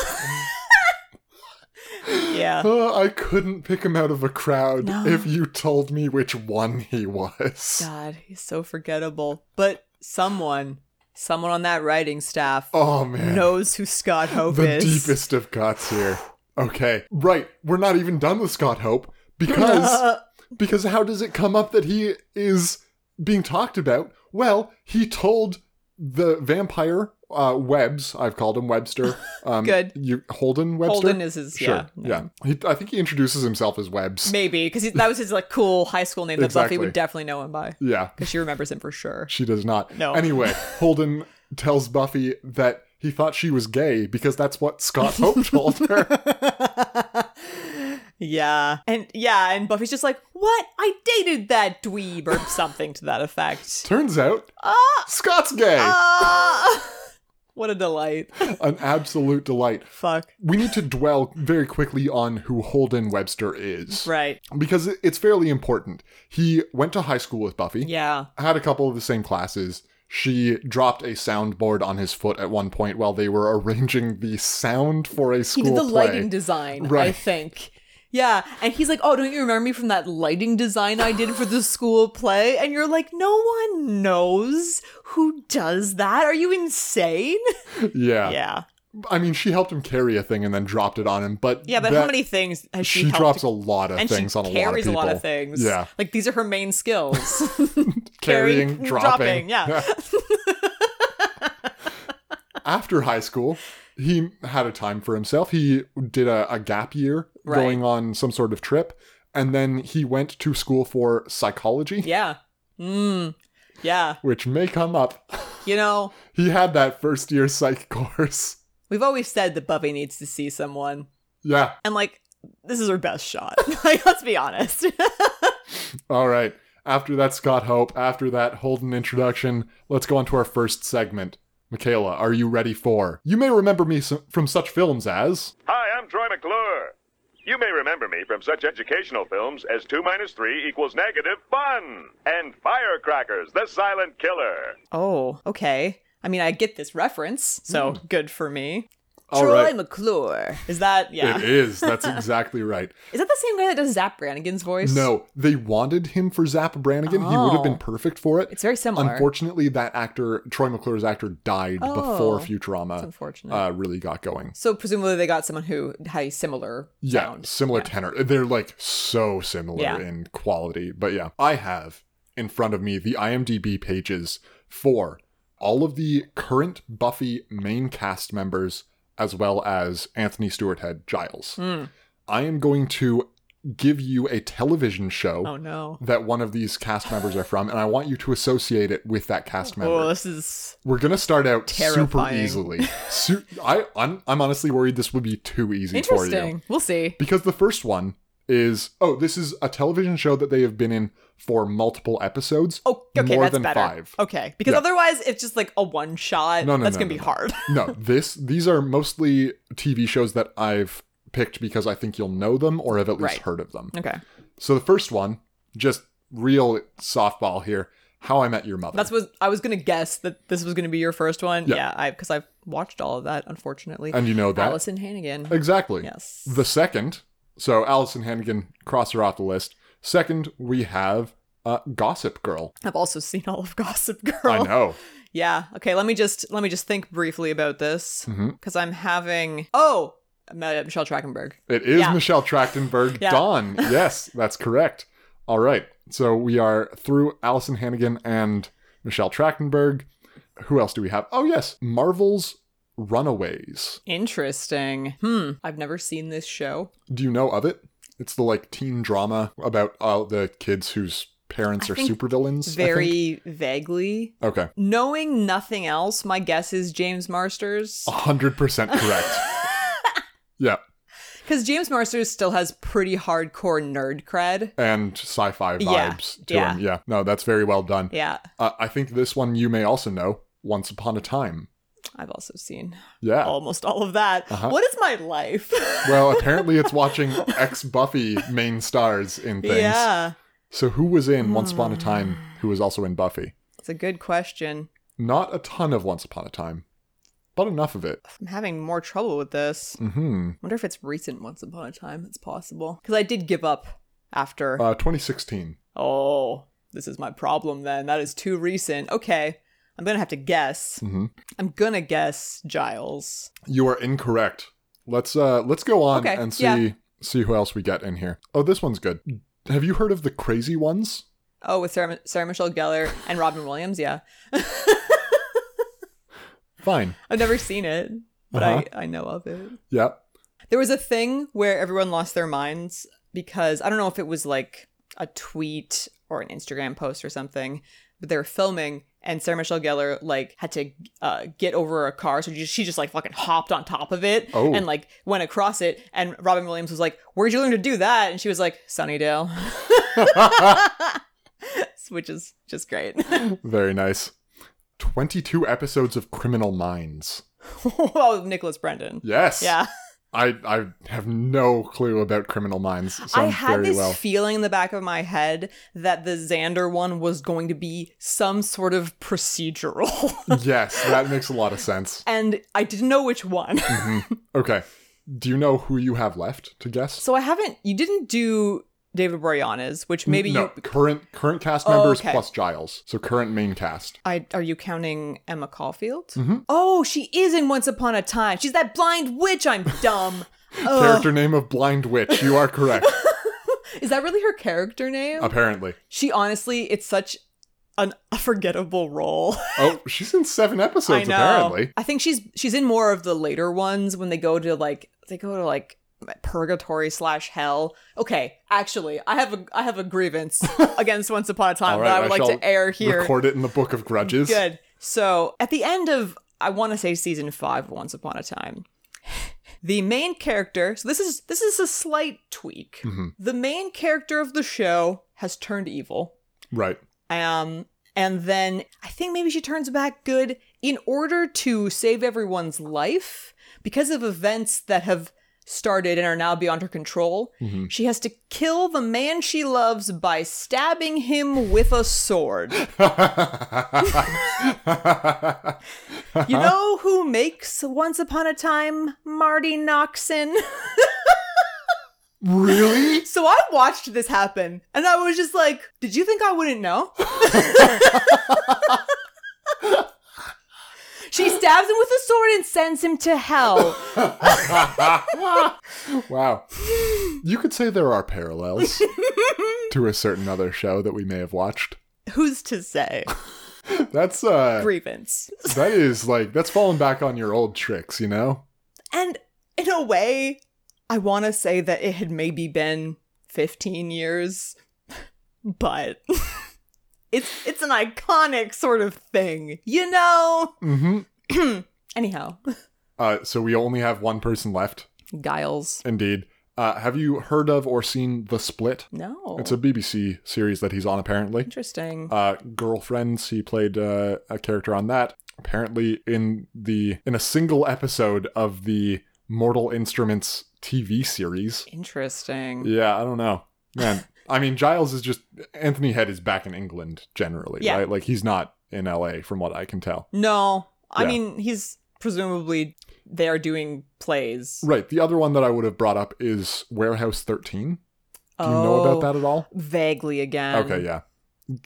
Speaker 1: Yeah.
Speaker 2: Uh, I couldn't pick him out of a crowd
Speaker 1: No.
Speaker 2: if you told me which one he was.
Speaker 1: God, he's so forgettable. But someone, someone on that writing staff
Speaker 2: Oh man.
Speaker 1: knows who Scott Hope
Speaker 2: the
Speaker 1: is.
Speaker 2: deepest of cuts here. Okay. Right. We're not even done with Scott Hope because because how does it come up that he is being talked about? Well, he told the vampire uh, Webbs, I've called him Webster. Um,
Speaker 1: Good.
Speaker 2: You Holden Webster.
Speaker 1: Holden is his-
Speaker 2: sure.
Speaker 1: yeah,
Speaker 2: Yeah. He, I think he introduces himself as Webbs.
Speaker 1: Maybe because that was his like cool high school name that
Speaker 2: Exactly.
Speaker 1: Buffy would definitely know him by
Speaker 2: yeah.
Speaker 1: because she remembers him for sure.
Speaker 2: She does not.
Speaker 1: No.
Speaker 2: Anyway, Holden tells Buffy that he thought she was gay because that's what Scott Hope told her.
Speaker 1: yeah, and yeah, and Buffy's just like, "What? I dated that dweeb or something to that effect."
Speaker 2: Turns out, Scott's gay.
Speaker 1: Ah! what a delight!
Speaker 2: An absolute delight.
Speaker 1: Fuck.
Speaker 2: We need to dwell very quickly on who Holden Webster is
Speaker 1: Right.
Speaker 2: because it- it's fairly important. He went to high school with Buffy,
Speaker 1: Yeah.
Speaker 2: had a couple of the same classes. She dropped a soundboard on his foot at one point while they were arranging the sound for a
Speaker 1: He
Speaker 2: school
Speaker 1: did the
Speaker 2: play.
Speaker 1: lighting design, I
Speaker 2: Right.
Speaker 1: think. Yeah, and he's like, "Oh, don't you remember me from that lighting design I did for the school play?" And you're like, "No one knows who does that. Are you insane?"
Speaker 2: yeah.
Speaker 1: Yeah.
Speaker 2: I mean, she helped him carry a thing and then dropped it on him, but
Speaker 1: Yeah, but
Speaker 2: that-
Speaker 1: how many things has she,
Speaker 2: She,
Speaker 1: helped
Speaker 2: drops
Speaker 1: to-
Speaker 2: a lot of
Speaker 1: and
Speaker 2: things
Speaker 1: she
Speaker 2: on a lot of
Speaker 1: carries a
Speaker 2: people.
Speaker 1: lot of things.
Speaker 2: Yeah,
Speaker 1: like these are her main skills:
Speaker 2: carrying,
Speaker 1: Carrying,
Speaker 2: dropping.
Speaker 1: dropping, yeah.
Speaker 2: After high school, he had a time for himself. He did a, a gap year,
Speaker 1: Right.
Speaker 2: going on some sort of trip, and then he went to school for psychology,
Speaker 1: yeah, mm, yeah.
Speaker 2: which may come up.
Speaker 1: You know,
Speaker 2: He had that first year psych course.
Speaker 1: we've always said that Buffy needs to see someone,
Speaker 2: Yeah.
Speaker 1: and like this is her best shot. like, let's be honest.
Speaker 2: All right. After that, Scott Hope. After that, Holden introduction. Let's go on to our first segment. Michaela, are you ready for? You may remember me s- from such films as.
Speaker 6: Hi, I'm Troy McClure. You may remember me from such educational films as 2 minus 3 equals negative fun and Firecrackers, the Silent Killer.
Speaker 1: oh, okay. I mean, I get this reference, so good for me.
Speaker 2: Hmm. All
Speaker 1: Troy
Speaker 2: right.
Speaker 1: McClure. Is that yeah?
Speaker 2: It is. That's exactly right.
Speaker 1: Is that the same guy that does Zap Brannigan's voice?
Speaker 2: No, they wanted him for Zap Brannigan. He would have been
Speaker 1: Oh.
Speaker 2: perfect for it.
Speaker 1: It's very similar.
Speaker 2: Unfortunately, that actor, Troy McClure's actor, died before
Speaker 1: Oh,
Speaker 2: Futurama
Speaker 1: unfortunate.
Speaker 2: Uh, really got going.
Speaker 1: So presumably they got someone who had a similar
Speaker 2: Yeah,
Speaker 1: sound.
Speaker 2: similar tenor. They're like so similar
Speaker 1: Yeah.
Speaker 2: in quality. But yeah, I have in front of me the IMDb pages for all of the current Buffy main cast members as well as Anthony Stewart Head Giles.
Speaker 1: Hmm.
Speaker 2: I am going to give you a television show
Speaker 1: Oh no.
Speaker 2: that one of these cast members are from, and I want you to associate it with that cast member.
Speaker 1: Oh, this is
Speaker 2: We're gonna start out super
Speaker 1: Terrifying.
Speaker 2: easily. Su- I, I'm, I'm honestly worried this would be too easy for you
Speaker 1: interesting. We'll see.
Speaker 2: because the first one is oh, this is a television show that they have been in for multiple episodes.
Speaker 1: Oh, okay,
Speaker 2: more
Speaker 1: that's
Speaker 2: than
Speaker 1: better.
Speaker 2: five.
Speaker 1: Okay, because
Speaker 2: Yeah.
Speaker 1: otherwise it's just like a one shot.
Speaker 2: No, no,
Speaker 1: that's
Speaker 2: no,
Speaker 1: gonna
Speaker 2: no,
Speaker 1: be
Speaker 2: no.
Speaker 1: hard.
Speaker 2: no, this these are mostly TV shows that I've picked because I think you'll know them or have at least
Speaker 1: Right.
Speaker 2: heard of them.
Speaker 1: okay,
Speaker 2: So the first one, just real softball here. How I Met Your Mother.
Speaker 1: that's what I was gonna guess that this was gonna be your first one.
Speaker 2: Yeah.
Speaker 1: Yeah, I because I've watched all of that unfortunately.
Speaker 2: and you know that
Speaker 1: Allison Hannigan.
Speaker 2: exactly.
Speaker 1: Yes.
Speaker 2: The second, so Allison Hannigan, cross her off the list. Second, we have uh, Gossip Girl.
Speaker 1: I've also seen all of Gossip Girl.
Speaker 2: I know.
Speaker 1: Yeah. Okay. Let me just let me just think briefly about this
Speaker 2: Mm-hmm.
Speaker 1: because I'm having oh M- Michelle Trachtenberg.
Speaker 2: It is
Speaker 1: Yeah.
Speaker 2: Michelle Trachtenberg.
Speaker 1: Yeah.
Speaker 2: Dawn. Yes, that's correct. All right. So we are through Allison Hannigan and Michelle Trachtenberg. Who else do we have? Oh, yes. Marvel's Runaways.
Speaker 1: Interesting. Hmm. I've never seen this show.
Speaker 2: Do you know of it? It's the like teen drama about all the kids whose parents are
Speaker 1: think
Speaker 2: supervillains. I think.
Speaker 1: Very vaguely.
Speaker 2: Okay.
Speaker 1: Knowing nothing else, my guess is James Marsters.
Speaker 2: Oh. 100% correct. yeah.
Speaker 1: Because James Marsters still has pretty hardcore nerd cred.
Speaker 2: And sci fi
Speaker 1: Yeah,
Speaker 2: vibes to
Speaker 1: yeah.
Speaker 2: him. Yeah. No, that's very well done.
Speaker 1: Yeah,
Speaker 2: Uh, I think this one you may also know Once Upon a Time.
Speaker 1: I've also seen
Speaker 2: Yeah.
Speaker 1: almost all of that.
Speaker 2: Uh-huh.
Speaker 1: What is my life?
Speaker 2: Well, apparently it's watching ex Buffy main stars in things.
Speaker 1: yeah, Hmm.
Speaker 2: So who was in Once Upon a Time who was also in Buffy?
Speaker 1: it's a good question.
Speaker 2: Not a ton of Once Upon a Time, but enough of it.
Speaker 1: I'm having more trouble with this.
Speaker 2: hmm
Speaker 1: wonder if it's recent Once Upon a Time. It's possible. Because I did give up after.
Speaker 2: Uh, 2016.
Speaker 1: oh, this is my problem then. That is too recent. Okay. I'm going to have to guess.
Speaker 2: Mhm.
Speaker 1: I'm going to guess Giles.
Speaker 2: You are incorrect. Let's uh let's go on
Speaker 1: Okay,
Speaker 2: and see
Speaker 1: yeah.
Speaker 2: see who else we get in here. Oh, this one's good. Have you heard of the crazy ones?
Speaker 1: Oh, with Sarah, Sarah Michelle Gellar and Robin Williams. Yeah.
Speaker 2: Fine.
Speaker 1: I've never seen it, but
Speaker 2: Uh-huh.
Speaker 1: I, I know of it.
Speaker 2: Yeah.
Speaker 1: There was a thing where everyone lost their minds because I don't know if it was like a tweet or an Instagram post or something, but they were filming and Sarah Michelle Gellar like had to uh, get over a car, so she she just like fucking hopped on top of it
Speaker 2: Oh.
Speaker 1: and like went across it. And Robin Williams was like, "Where'd you learn to do that?" And she was like, "Sunnydale," which is just great.
Speaker 2: Very nice. 22 episodes of Criminal Minds.
Speaker 1: oh, Nicholas Brendan.
Speaker 2: Yes.
Speaker 1: Yeah.
Speaker 2: I I have no clue about Criminal Minds. So
Speaker 1: I
Speaker 2: I'm
Speaker 1: had
Speaker 2: very
Speaker 1: this
Speaker 2: well.
Speaker 1: feeling in the back of my head that the Xander one was going to be some sort of procedural.
Speaker 2: yes, that makes a lot of sense.
Speaker 1: and I didn't know which one.
Speaker 2: Mm-hmm. Okay. Do you know who you have left to guess?
Speaker 1: so I haven't you didn't do David Boreanaz, which maybe
Speaker 2: no,
Speaker 1: you Oh,
Speaker 2: current current cast members
Speaker 1: okay.
Speaker 2: plus Giles. So current main cast.
Speaker 1: I are you counting Emma Caulfield?
Speaker 2: Mm-hmm.
Speaker 1: Oh, she is in Once Upon a Time. She's that blind witch. I'm dumb. Ugh.
Speaker 2: Character name of Blind Witch. You are correct.
Speaker 1: Is that really her character
Speaker 2: Uh,
Speaker 1: name?
Speaker 2: apparently.
Speaker 1: she honestly, it's such an forgettable role.
Speaker 2: Oh, she's in seven episodes apparently.
Speaker 1: I think she's she's in more of the later ones when they go to like they go to like purgatory slash hell. Okay, actually, I have a I have a grievance against Once Upon a Time Um, that I would like
Speaker 2: shall
Speaker 1: to air here.
Speaker 2: Record it in the Book of Grudges.
Speaker 1: Good. So at the end of I want to say season five, of Once Upon a Time. The main character, so this is this is a slight tweak.
Speaker 2: Mm-hmm.
Speaker 1: The main character of the show has turned evil.
Speaker 2: Right.
Speaker 1: Um, and then I think maybe she turns back good in order to save everyone's life because of events that have started and are now beyond her control. She has to kill the man she loves by stabbing him with a sword. You know who makes Once Upon a Time Marty Noxon?
Speaker 2: really?
Speaker 1: so I watched this happen and I was just like, did you think I wouldn't know? she stabs him with a sword and sends him to hell.
Speaker 2: Wow. You could say there are parallels to a certain other show that we may have watched.
Speaker 1: Who's to say?
Speaker 2: That's uh
Speaker 1: Grievance.
Speaker 2: that is like that's falling back on your old tricks, you know?
Speaker 1: And in a way, I want to say that it had maybe been 15 years, but it's it's an iconic sort of thing, you know.
Speaker 2: Mm-hmm.
Speaker 1: Anyhow,
Speaker 2: Uh so we only have one person left,
Speaker 1: Giles.
Speaker 2: indeed. Uh, have you heard of or seen The Split?
Speaker 1: No.
Speaker 2: It's a BBC series that he's on, apparently.
Speaker 1: Interesting.
Speaker 2: Uh, Girlfriends, he played uh, a character on that. Apparently, in the in a single episode of the Mortal Instruments TV series.
Speaker 1: Interesting.
Speaker 2: Yeah, I don't know, man. I mean, Giles is just Anthony Head is back in England generally,
Speaker 1: Yeah.
Speaker 2: right? Like he's not in LA, from what I can tell.
Speaker 1: No. I
Speaker 2: Yeah.
Speaker 1: mean, he's presumably there doing plays.
Speaker 2: Right. The other one that I would have brought up is Warehouse 13. Do you know about that at all?
Speaker 1: Oh, Vaguely again.
Speaker 2: okay, yeah.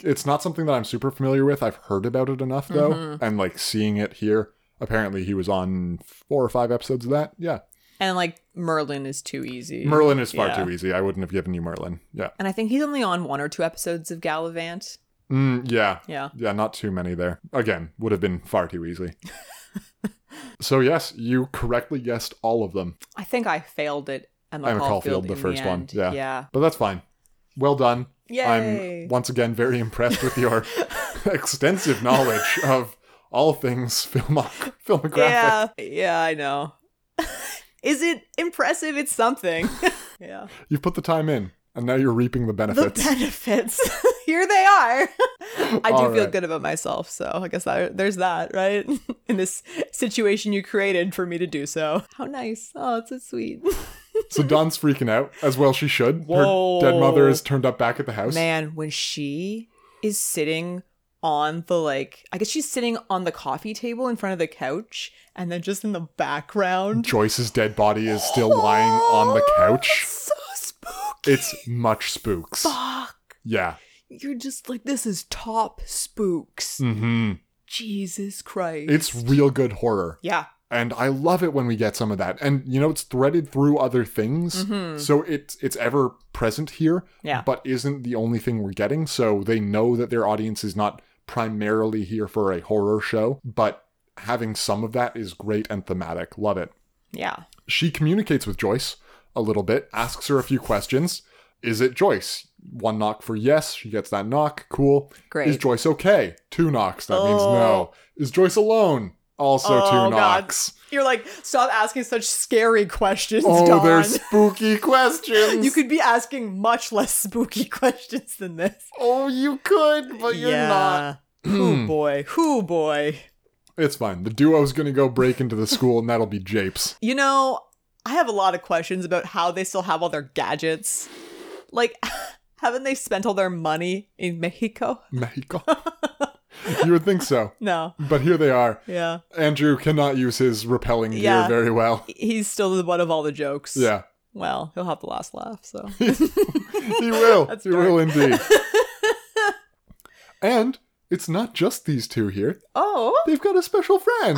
Speaker 2: It's not something that I'm super familiar with. I've heard about it enough though,
Speaker 1: Mm-hmm.
Speaker 2: and like seeing it here. Apparently, he was on four or five episodes of that. Yeah.
Speaker 1: And like Merlin is too easy.
Speaker 2: Merlin is
Speaker 1: Mm,
Speaker 2: far
Speaker 1: Yeah.
Speaker 2: too e-, easy. I wouldn't have given you Merlin. Yeah.
Speaker 1: And I think he's only on one or two episodes of Gallivant.
Speaker 2: Mm, yeah.
Speaker 1: Yeah.
Speaker 2: Yeah, not too many there. Again, would have been far too easy. so, yes, you correctly guessed all of them.
Speaker 1: I think I failed it. Emma,
Speaker 2: Emma Caulfield,
Speaker 1: Caulfield,
Speaker 2: the
Speaker 1: in
Speaker 2: first one.
Speaker 1: end.
Speaker 2: Yeah.
Speaker 1: Yeah.
Speaker 2: But that's fine. Well done.
Speaker 1: Yay.
Speaker 2: I'm once again very impressed with your extensive knowledge of all things film filmographic.
Speaker 1: Yeah. Yeah, I know. is it impressive? It's something. yeah.
Speaker 2: You've put the time in, and now you're reaping the
Speaker 1: The
Speaker 2: benefits.
Speaker 1: benefits. Here they are. I do
Speaker 2: All
Speaker 1: feel
Speaker 2: right.
Speaker 1: good about myself, so I guess that, there's that, right? In this situation you created for me to do so. How nice. Oh, it's so sweet.
Speaker 2: so Dawn's freaking out, as well she should.
Speaker 1: Whoa.
Speaker 2: Her dead mother is turned up back at the house.
Speaker 1: Man, when she is sitting on the like I guess she's sitting on the coffee table in front of the couch and then just in the background Oh,
Speaker 2: Joyce's dead body is still lying on the couch.
Speaker 1: so spooky.
Speaker 2: It's much spooks.
Speaker 1: Fuck.
Speaker 2: Yeah.
Speaker 1: You're just like this is top spooks.
Speaker 2: hmm
Speaker 1: Jesus Christ.
Speaker 2: It's real good horror.
Speaker 1: yeah.
Speaker 2: And I love it when we get some of that. And you know, it's threaded through other things. So it's it's ever present here,
Speaker 1: Mm-hmm. Yeah.
Speaker 2: but isn't the only thing we're getting. So they know that their audience is not primarily here for a horror show, but having some of that is great and thematic. Love it.
Speaker 1: Yeah.
Speaker 2: She communicates with Joyce a little bit, asks her a few questions. Is it Joyce? One knock for yes. She gets that knock. Cool.
Speaker 1: Great.
Speaker 2: Is Joyce okay? Two knocks. That means no. Is Joyce alone? Also two
Speaker 1: Oh, God.
Speaker 2: knocks.
Speaker 1: You're like, stop asking such scary questions,
Speaker 2: Oh,
Speaker 1: Dawn.
Speaker 2: they're spooky questions.
Speaker 1: You could be asking much less spooky questions than this.
Speaker 2: Oh, you could, but you're not.
Speaker 1: Who boy? Who boy?
Speaker 2: It's fine. The duo's gonna go break into the school, and that'll be Japes.
Speaker 1: You know, I have a lot of questions about how they still have all their gadgets. Like, haven't they spent all their money in Mexico?
Speaker 2: Mexico. you would think so,
Speaker 1: No.
Speaker 2: but here they are.
Speaker 1: Yeah.
Speaker 2: Andrew cannot use his repelling gear
Speaker 1: Yeah.
Speaker 2: very well.
Speaker 1: He's still the one of all the jokes.
Speaker 2: Yeah,
Speaker 1: Well, he'll have the last laugh, so.
Speaker 2: he will.
Speaker 1: That's
Speaker 2: he
Speaker 1: dark.
Speaker 2: will indeed. and it's not just these two here.
Speaker 1: oh.
Speaker 2: They've got a special friend.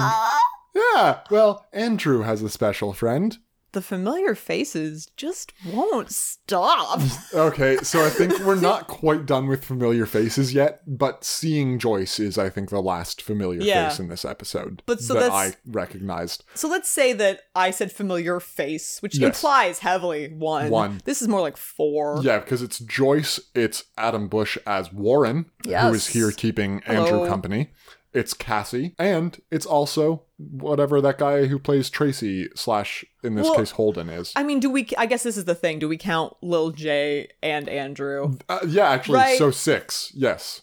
Speaker 2: yeah. Well, Andrew has a special friend.
Speaker 1: The familiar faces just won't stop.
Speaker 2: Okay, so I think we're not quite done with familiar faces yet, but seeing Joyce is, I think, the last familiar
Speaker 1: Yeah.
Speaker 2: face in this episode
Speaker 1: But so
Speaker 2: that
Speaker 1: that's-
Speaker 2: I recognized.
Speaker 1: So let's say that I said familiar face, which
Speaker 2: Yes.
Speaker 1: implies heavily one.
Speaker 2: One.
Speaker 1: This is more like four.
Speaker 2: Yeah, because it's Joyce, it's Adam Bush as Warren, who is
Speaker 1: Yes.
Speaker 2: here keeping Andrew
Speaker 1: Hello.
Speaker 2: company. It's Cassie, and it's also whatever that guy who plays Tracy slash, in this
Speaker 1: Well,
Speaker 2: case, Holden is.
Speaker 1: I mean, do we? I guess this is the thing. Do we count Lil J and Andrew?
Speaker 2: uh, yeah, actually,
Speaker 1: Right.
Speaker 2: so six. Yes,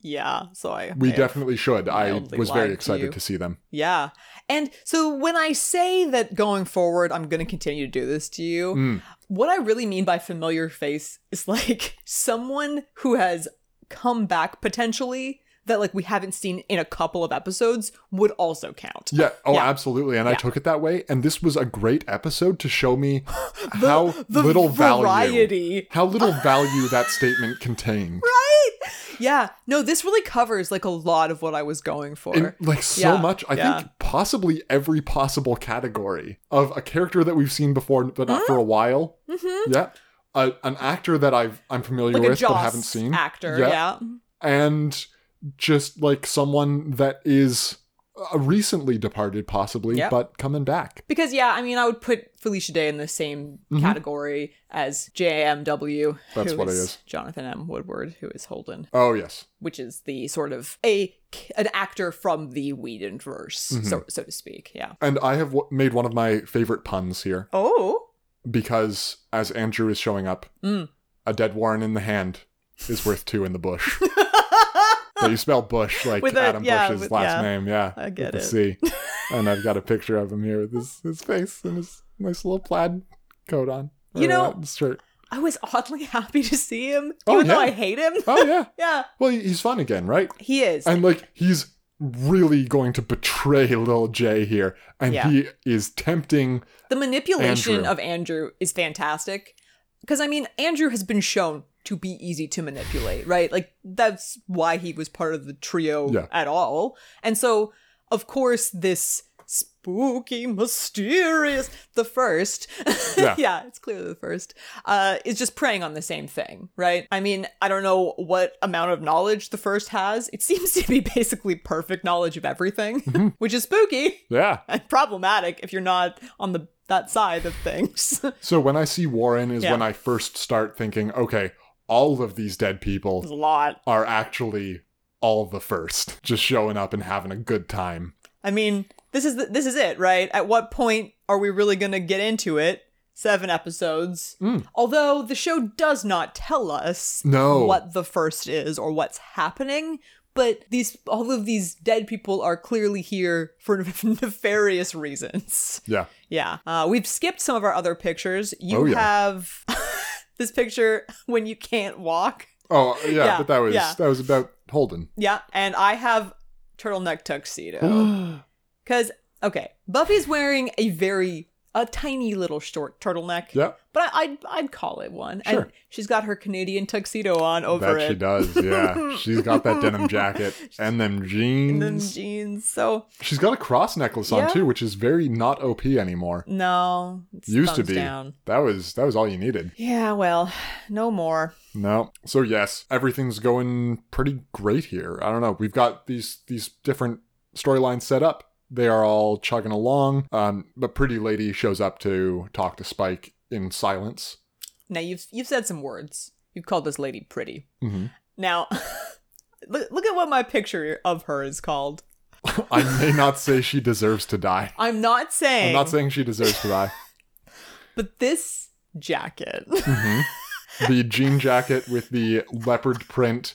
Speaker 1: Yeah. So I.
Speaker 2: we
Speaker 1: I-
Speaker 2: definitely should. I
Speaker 1: mildly
Speaker 2: was
Speaker 1: lied
Speaker 2: very
Speaker 1: to
Speaker 2: excited
Speaker 1: you.
Speaker 2: to see them.
Speaker 1: Yeah. And so when I say that going forward, I'm going to continue to do this to you,
Speaker 2: Hmm.
Speaker 1: what I really mean by familiar face is like someone who has come back potentially that like we haven't seen in a couple of episodes would also count.
Speaker 2: Yeah. Oh,
Speaker 1: Yeah.
Speaker 2: absolutely. And I
Speaker 1: Yeah.
Speaker 2: took it that way. And this was a great episode to show me how
Speaker 1: the
Speaker 2: little value,
Speaker 1: variety.
Speaker 2: how little value that statement contained.
Speaker 1: Yeah. No, this really covers like a lot of what I was going for.
Speaker 2: And like so
Speaker 1: Yeah,
Speaker 2: much, I
Speaker 1: yeah.
Speaker 2: think possibly every possible category of a character that we've seen before, but not for a while. Mm-hmm. Yeah. A, an actor that I've, I'm familiar
Speaker 1: like a
Speaker 2: with but
Speaker 1: Joss
Speaker 2: haven't seen.
Speaker 1: actor,
Speaker 2: Yeah.
Speaker 1: yeah.
Speaker 2: And just like someone that is uh, recently departed, possibly,
Speaker 1: Yeah.
Speaker 2: but coming back.
Speaker 1: Because yeah, I mean, I would put Felicia Day in the same category as JMW.
Speaker 2: Mm-hmm. That's
Speaker 1: who
Speaker 2: what it is.
Speaker 1: Jonathan M. Woodward, who is Holden,
Speaker 2: Oh, yes.
Speaker 1: which is the sort of a an actor from the Whedon
Speaker 2: Mm-hmm.
Speaker 1: verse, so so to speak. Yeah.
Speaker 2: And I have w- made one of my favorite puns here.
Speaker 1: Oh.
Speaker 2: because as Andrew is showing up,
Speaker 1: Mm.
Speaker 2: a dead Warren in the hand is worth two in the bush. but you spell Bush like
Speaker 1: With a-
Speaker 2: Adam
Speaker 1: yeah,
Speaker 2: Bush's
Speaker 1: with-
Speaker 2: last
Speaker 1: yeah.
Speaker 2: name, yeah.
Speaker 1: I get
Speaker 2: with
Speaker 1: it.
Speaker 2: a C. and I've got a picture of him here with his, his face and his nice little plaid coat on.
Speaker 1: You
Speaker 2: Or,
Speaker 1: know-
Speaker 2: uh, shirt.
Speaker 1: I was oddly happy to see him,
Speaker 2: Oh,
Speaker 1: even though
Speaker 2: yeah.
Speaker 1: I hate him.
Speaker 2: Oh yeah.
Speaker 1: yeah,
Speaker 2: Well, he- he's fun again, right?
Speaker 1: he is.
Speaker 2: And like he's really going to betray little Jay here, and
Speaker 1: Yeah.
Speaker 2: he is tempting.
Speaker 1: the manipulation
Speaker 2: Andrew.
Speaker 1: of Andrew is fantastic. Because, I mean, Andrew has been shown to be easy to manipulate, right? Like, that's why he was part of the trio
Speaker 2: Yeah.
Speaker 1: at all. And so, of course, this spooky, mysterious, the first,
Speaker 2: Yeah.
Speaker 1: yeah, it's clearly the first, uh, is just preying on the same thing, right? I mean, I don't know what amount of knowledge the first has. It seems to be basically perfect knowledge of everything,
Speaker 2: Mm-hmm.
Speaker 1: which is spooky
Speaker 2: Yeah.
Speaker 1: and problematic if you're not on the that side of things.
Speaker 2: So when I see Warren is
Speaker 1: Yeah.
Speaker 2: when I first start thinking, okay, all of these dead
Speaker 1: a
Speaker 2: people
Speaker 1: lot.
Speaker 2: are actually all the first, just showing up and having a good time.
Speaker 1: I mean, this is the, this is it, right? At what point are we really going to get into it? 7 episodes. Although the show does not tell us
Speaker 2: Mm. No.
Speaker 1: what the first is or what's happening, but these all of these dead people are clearly here for nefarious reasons.
Speaker 2: Yeah.
Speaker 1: Yeah. Uh, we've skipped some of our other pictures. You
Speaker 2: Oh, yeah.
Speaker 1: have this picture when you can't walk.
Speaker 2: Oh yeah,
Speaker 1: Yeah,
Speaker 2: but that was
Speaker 1: yeah.
Speaker 2: that was about Holden.
Speaker 1: Yeah, and I have turtleneck tuxedo. Cuz okay, Buffy's wearing a very a tiny little short turtleneck.
Speaker 2: Yeah.
Speaker 1: But I, I'd I'd call it one. And
Speaker 2: Sure.
Speaker 1: she's got her Canadian tuxedo on over
Speaker 2: that
Speaker 1: it.
Speaker 2: she does, yeah. She's got that denim jacket and them jeans.
Speaker 1: And them jeans. So
Speaker 2: She's got a cross necklace on
Speaker 1: Yeah.
Speaker 2: too, which is very not OP anymore.
Speaker 1: no. it's
Speaker 2: Used to
Speaker 1: thumbs
Speaker 2: be.
Speaker 1: down.
Speaker 2: That was that was all you needed.
Speaker 1: Yeah, well, no more.
Speaker 2: No. So yes, everything's going pretty great here. I don't know. We've got these these different storylines set up. They are all chugging along. Um, but Pretty Lady shows up to talk to Spike in silence.
Speaker 1: Now you've you've said some words. You've called this lady pretty.
Speaker 2: Mhm.
Speaker 1: Now look look at what my picture of her is called.
Speaker 2: I may not say she deserves to die.
Speaker 1: I'm not saying
Speaker 2: I'm not saying she deserves to die.
Speaker 1: but this jacket
Speaker 2: The jean jacket with the leopard print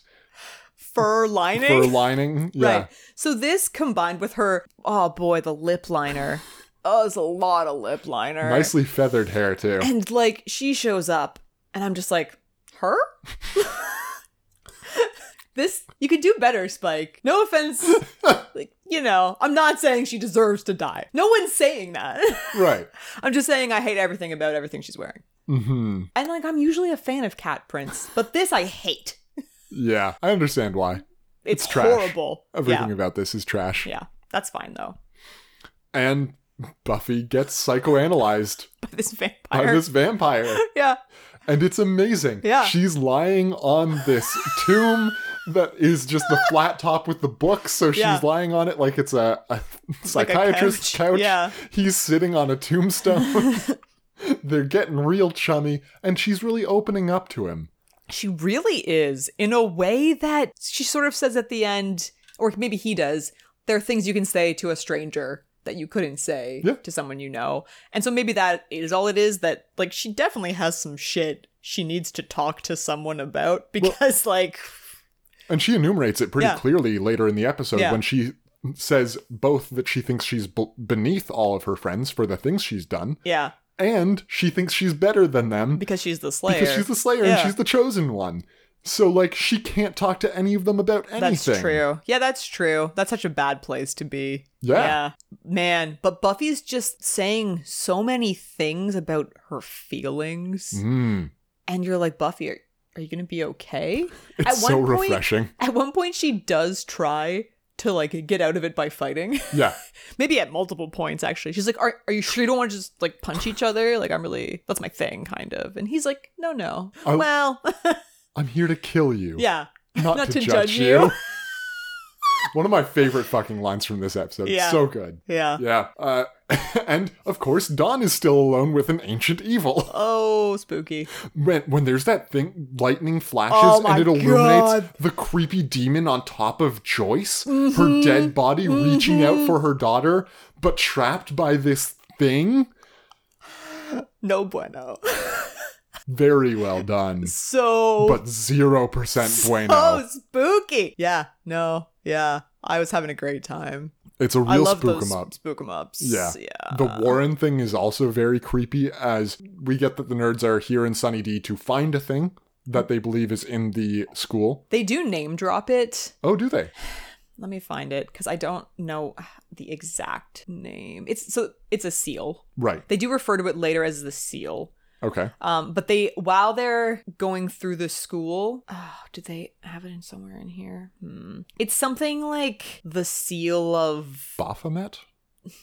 Speaker 1: fur lining.
Speaker 2: fur lining. Yeah.
Speaker 1: Right. So this combined with her, oh boy, the lip liner. oh, it's a lot of lip liner.
Speaker 2: Nicely feathered hair too.
Speaker 1: And like she shows up, and I'm just like, her? this you could do better, Spike. No offense. like you know, I'm not saying she deserves to die. No one's saying that.
Speaker 2: Right.
Speaker 1: I'm just saying I hate everything about everything she's wearing.
Speaker 2: hmm
Speaker 1: And like I'm usually a fan of cat prints, but this I hate.
Speaker 2: Yeah. I understand why.
Speaker 1: It's,
Speaker 2: It's trash.
Speaker 1: horrible.
Speaker 2: Everything
Speaker 1: yeah.
Speaker 2: about this is trash.
Speaker 1: yeah. That's fine though.
Speaker 2: And Buffy gets psychoanalyzed
Speaker 1: By this
Speaker 2: by
Speaker 1: vampire.
Speaker 2: this vampire.
Speaker 1: yeah.
Speaker 2: And it's amazing.
Speaker 1: Yeah.
Speaker 2: She's lying on this tomb that is just the flat top with the book. So she's
Speaker 1: Yeah.
Speaker 2: lying on it like it's a, a
Speaker 1: like a
Speaker 2: psychiatrist's
Speaker 1: couch.
Speaker 2: couch.
Speaker 1: Yeah.
Speaker 2: He's sitting on a tombstone. They're getting real chummy. And she's really opening up to him.
Speaker 1: She really is, in a way that she sort of says at the end, or maybe he does, there are things you can say to a stranger that you couldn't say
Speaker 2: Yeah.
Speaker 1: to someone you know. And so maybe that is all it is that, like, she definitely has some shit she needs to talk to someone about because, like,
Speaker 2: And she enumerates it pretty
Speaker 1: Yeah.
Speaker 2: clearly later in the episode
Speaker 1: Yeah.
Speaker 2: when she says both that she thinks she's b- beneath all of her friends for the things she's done,
Speaker 1: yeah,
Speaker 2: and she thinks she's better than them
Speaker 1: because she's the slayer.
Speaker 2: because she's the Slayer
Speaker 1: Yeah.
Speaker 2: and she's the chosen one. So, like, she can't talk to any of them about anything.
Speaker 1: That's true. Yeah, that's true. That's such a bad place to be.
Speaker 2: Yeah.
Speaker 1: Man, but Buffy's just saying so many things about her feelings.
Speaker 2: Mm,
Speaker 1: And you're like, Buffy, are, are you going to be okay?
Speaker 2: it's
Speaker 1: At one
Speaker 2: so
Speaker 1: point-
Speaker 2: refreshing.
Speaker 1: At one point, she does try to like get out of it by fighting.
Speaker 2: Yeah.
Speaker 1: Maybe at multiple points, actually. She's like, are, are you sure you don't want to just like punch each other? Like, I'm really, that's my thing, kind of. And he's like, no, no.
Speaker 2: I-
Speaker 1: well,
Speaker 2: I'm here to kill you.
Speaker 1: yeah.
Speaker 2: Oh. Not, to, judge, you. one of my favorite fucking lines from this episode.
Speaker 1: Yeah.
Speaker 2: So good.
Speaker 1: Yeah.
Speaker 2: Yeah. Uh, and, of course, Dawn is still alone with an ancient evil.
Speaker 1: Oh, spooky.
Speaker 2: when when there's that thing lightning flashes
Speaker 1: Oh my
Speaker 2: and it illuminates
Speaker 1: God.
Speaker 2: the creepy demon on top of Joyce,
Speaker 1: Mm-hmm.
Speaker 2: her dead body reaching out for her daughter, but trapped by this thing.
Speaker 1: No bueno.
Speaker 2: Very well done.
Speaker 1: So
Speaker 2: But 0% bueno.
Speaker 1: so spooky. Yeah. No. Yeah. I was having a great time.
Speaker 2: it's a
Speaker 1: I
Speaker 2: real
Speaker 1: love
Speaker 2: spook
Speaker 1: those
Speaker 2: 'em up.
Speaker 1: spook 'em ups.
Speaker 2: Yeah.
Speaker 1: Yeah.
Speaker 2: The Warren thing is also very creepy as we get that the nerds are here in Sunny D to find a thing that they believe is in the school.
Speaker 1: They do name drop it.
Speaker 2: Oh, do they?
Speaker 1: Let me find it because I don't know the exact name. It's so it's a seal.
Speaker 2: Right.
Speaker 1: They do refer to it later as the seal.
Speaker 2: Okay.
Speaker 1: Um, but they while they're going through the school, oh, do they have it in somewhere in here? Hmm. It's something like the seal of.
Speaker 2: Baphomet?